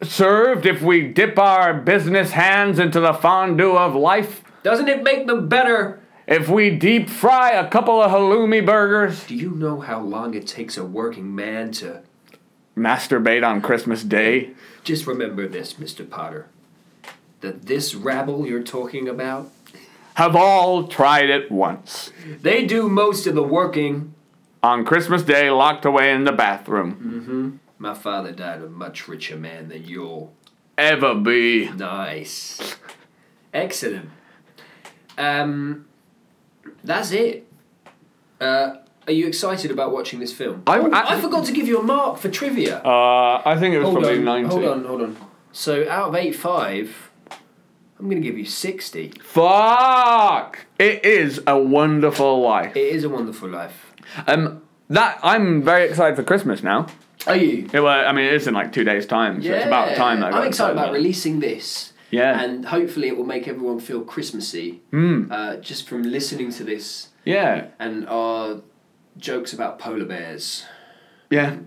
[SPEAKER 1] served if we dip our business hands into the fondue of life?
[SPEAKER 8] Doesn't it make them better?
[SPEAKER 1] if we deep fry a couple of halloumi burgers,
[SPEAKER 8] Do you know how long it takes a working man to.
[SPEAKER 1] masturbate on Christmas Day.
[SPEAKER 8] Just remember this, Mr. Potter. That this rabble you're talking about,
[SPEAKER 1] Have all tried it once.
[SPEAKER 8] they do most of the working.
[SPEAKER 1] On Christmas Day, locked away in the bathroom.
[SPEAKER 8] My father died a much richer man than you'll.
[SPEAKER 1] Ever be.
[SPEAKER 8] Nice. Excellent. Um, that's it. Uh, are you excited about watching this film?
[SPEAKER 1] I-
[SPEAKER 8] oh,
[SPEAKER 1] I-
[SPEAKER 8] I forgot to give you a mark for trivia.
[SPEAKER 1] Uh, I think it was
[SPEAKER 8] hold
[SPEAKER 1] probably
[SPEAKER 8] on,
[SPEAKER 1] 90.
[SPEAKER 8] hold on, hold on. So out of 85, I'm going to give you 60.
[SPEAKER 1] Fuck! It is a wonderful life.
[SPEAKER 8] It is a wonderful life.
[SPEAKER 1] Um, that I'm very excited for Christmas now.
[SPEAKER 8] Are you?
[SPEAKER 1] It, well, I mean, it is in like two days' time, so it's about time that I got
[SPEAKER 8] I'm excited about
[SPEAKER 1] it.
[SPEAKER 8] releasing this.
[SPEAKER 1] Yeah.
[SPEAKER 8] And hopefully it will make everyone feel Christmassy
[SPEAKER 1] Hmm.
[SPEAKER 8] uh, just from listening to this
[SPEAKER 1] Yeah,
[SPEAKER 8] and our jokes about polar bears.
[SPEAKER 1] yeah.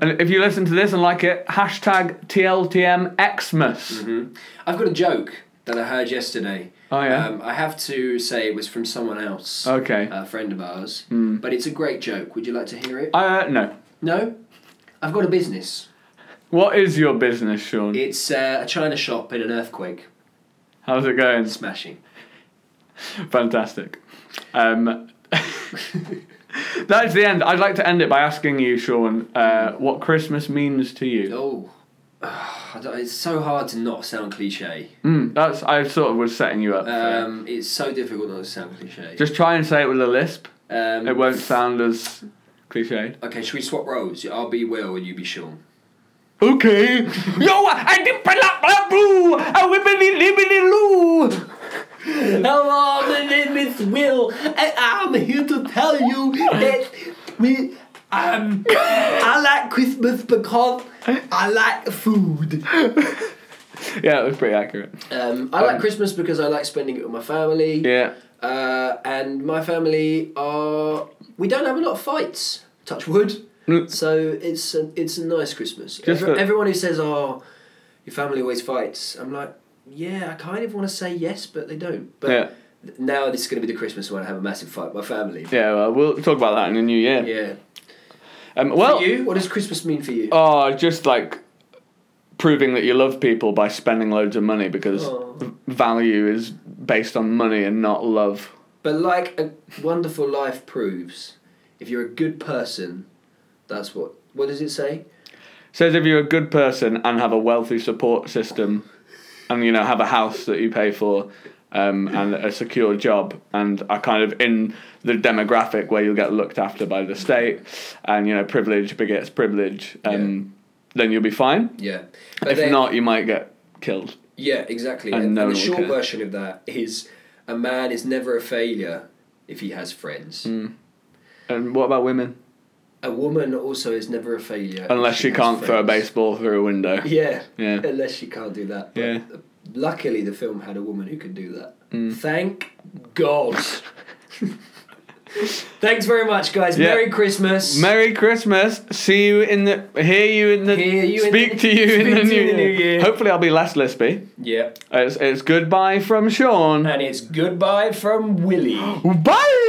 [SPEAKER 1] and if you listen to this and like it, hashtag TLTM Xmas.
[SPEAKER 8] I've got a joke that I heard yesterday.
[SPEAKER 1] Oh, yeah? Oh.
[SPEAKER 8] Um, I have to say it was from someone else.
[SPEAKER 1] Okay.
[SPEAKER 8] A friend of ours.
[SPEAKER 1] Hmm.
[SPEAKER 8] But it's a great joke. Would you like to hear it?
[SPEAKER 1] Uh, no.
[SPEAKER 8] no? I've got a business.
[SPEAKER 1] What is your business, Sean?
[SPEAKER 8] It's uh, a china shop in an earthquake.
[SPEAKER 1] How's it going?
[SPEAKER 8] Smashing.
[SPEAKER 1] Fantastic. Um, that's the end. I'd like to end it by asking you, Sean, uh, what Christmas means to you.
[SPEAKER 8] Oh. I don't- It's so hard to not sound cliche.
[SPEAKER 1] Mm, that's I sort of was setting you up. for it.
[SPEAKER 8] Um, it's so difficult not to sound cliche.
[SPEAKER 1] Just try and say it with a lisp.
[SPEAKER 8] um,
[SPEAKER 1] It won't sound as cliched.
[SPEAKER 8] Okay, should we swap roles? I'll be Will and you be Sean.
[SPEAKER 1] Okay. Yo, I did blah blah boo. I wibbly libbly loo.
[SPEAKER 8] Hello, Oh, my name is Will, and I'm here to tell you that we. Um, I like Christmas because I like food.
[SPEAKER 1] Yeah, it was pretty accurate.
[SPEAKER 8] Um, I like Christmas because I like spending it with my family.
[SPEAKER 1] Yeah.
[SPEAKER 8] Uh, and my family are. We don't have a lot of fights. Touch wood.
[SPEAKER 1] Mm.
[SPEAKER 8] So it's a, it's a nice Christmas.
[SPEAKER 1] Just
[SPEAKER 8] Every-
[SPEAKER 1] that-
[SPEAKER 8] everyone who says, "Oh, your family always fights," I'm like, yeah, I kind of want to say yes, but they don't. But
[SPEAKER 1] Yeah.
[SPEAKER 8] th- now this is going to be the Christmas when I have a massive fight with my family.
[SPEAKER 1] Yeah. Well, we'll talk about that in the new year.
[SPEAKER 8] Yeah.
[SPEAKER 1] Um, well,
[SPEAKER 8] For you, what does Christmas mean for you?
[SPEAKER 1] Oh, just like proving that you love people by spending loads of money because
[SPEAKER 8] Oh.
[SPEAKER 1] v- value is based on money and not love.
[SPEAKER 8] But like a wonderful life proves, if you're a good person, that's what. What does it say?
[SPEAKER 1] Says if you're a good person and have a wealthy support system, and you know have a house that you pay for, um, and a secure job, and are kind of in the demographic where you'll get looked after by the state, and you know privilege begets privilege, um, then you'll be fine.
[SPEAKER 8] Yeah. But
[SPEAKER 1] if
[SPEAKER 8] then-
[SPEAKER 1] not, you might get killed.
[SPEAKER 8] Yeah, exactly.
[SPEAKER 1] And
[SPEAKER 8] And,
[SPEAKER 1] no
[SPEAKER 8] and
[SPEAKER 1] one
[SPEAKER 8] the
[SPEAKER 1] will
[SPEAKER 8] short
[SPEAKER 1] care.
[SPEAKER 8] version of that is a man is never a failure if he has friends.
[SPEAKER 1] Mm. And what about women?
[SPEAKER 8] A woman also is never a failure if
[SPEAKER 1] Unless she
[SPEAKER 8] has
[SPEAKER 1] can't throw a
[SPEAKER 8] friends.
[SPEAKER 1] baseball through a window.
[SPEAKER 8] Yeah.
[SPEAKER 1] Yeah.
[SPEAKER 8] Unless she can't do that. But
[SPEAKER 1] Yeah. Mm.
[SPEAKER 8] Luckily, the film had a woman who could do that. Thank God. Thanks very much, guys.
[SPEAKER 1] Yeah.
[SPEAKER 8] Merry Christmas.
[SPEAKER 1] Merry Christmas. See you in the. Hear you in the.
[SPEAKER 8] Hear you in
[SPEAKER 1] speak
[SPEAKER 8] the-
[SPEAKER 1] to you in
[SPEAKER 8] speak
[SPEAKER 1] the,
[SPEAKER 8] to
[SPEAKER 1] new,
[SPEAKER 8] you in the
[SPEAKER 1] year.
[SPEAKER 8] new year.
[SPEAKER 1] Hopefully, I'll be less lispy.
[SPEAKER 8] yeah.
[SPEAKER 1] It's, it's goodbye from Sean.
[SPEAKER 8] And it's goodbye from Willie.
[SPEAKER 1] Bye.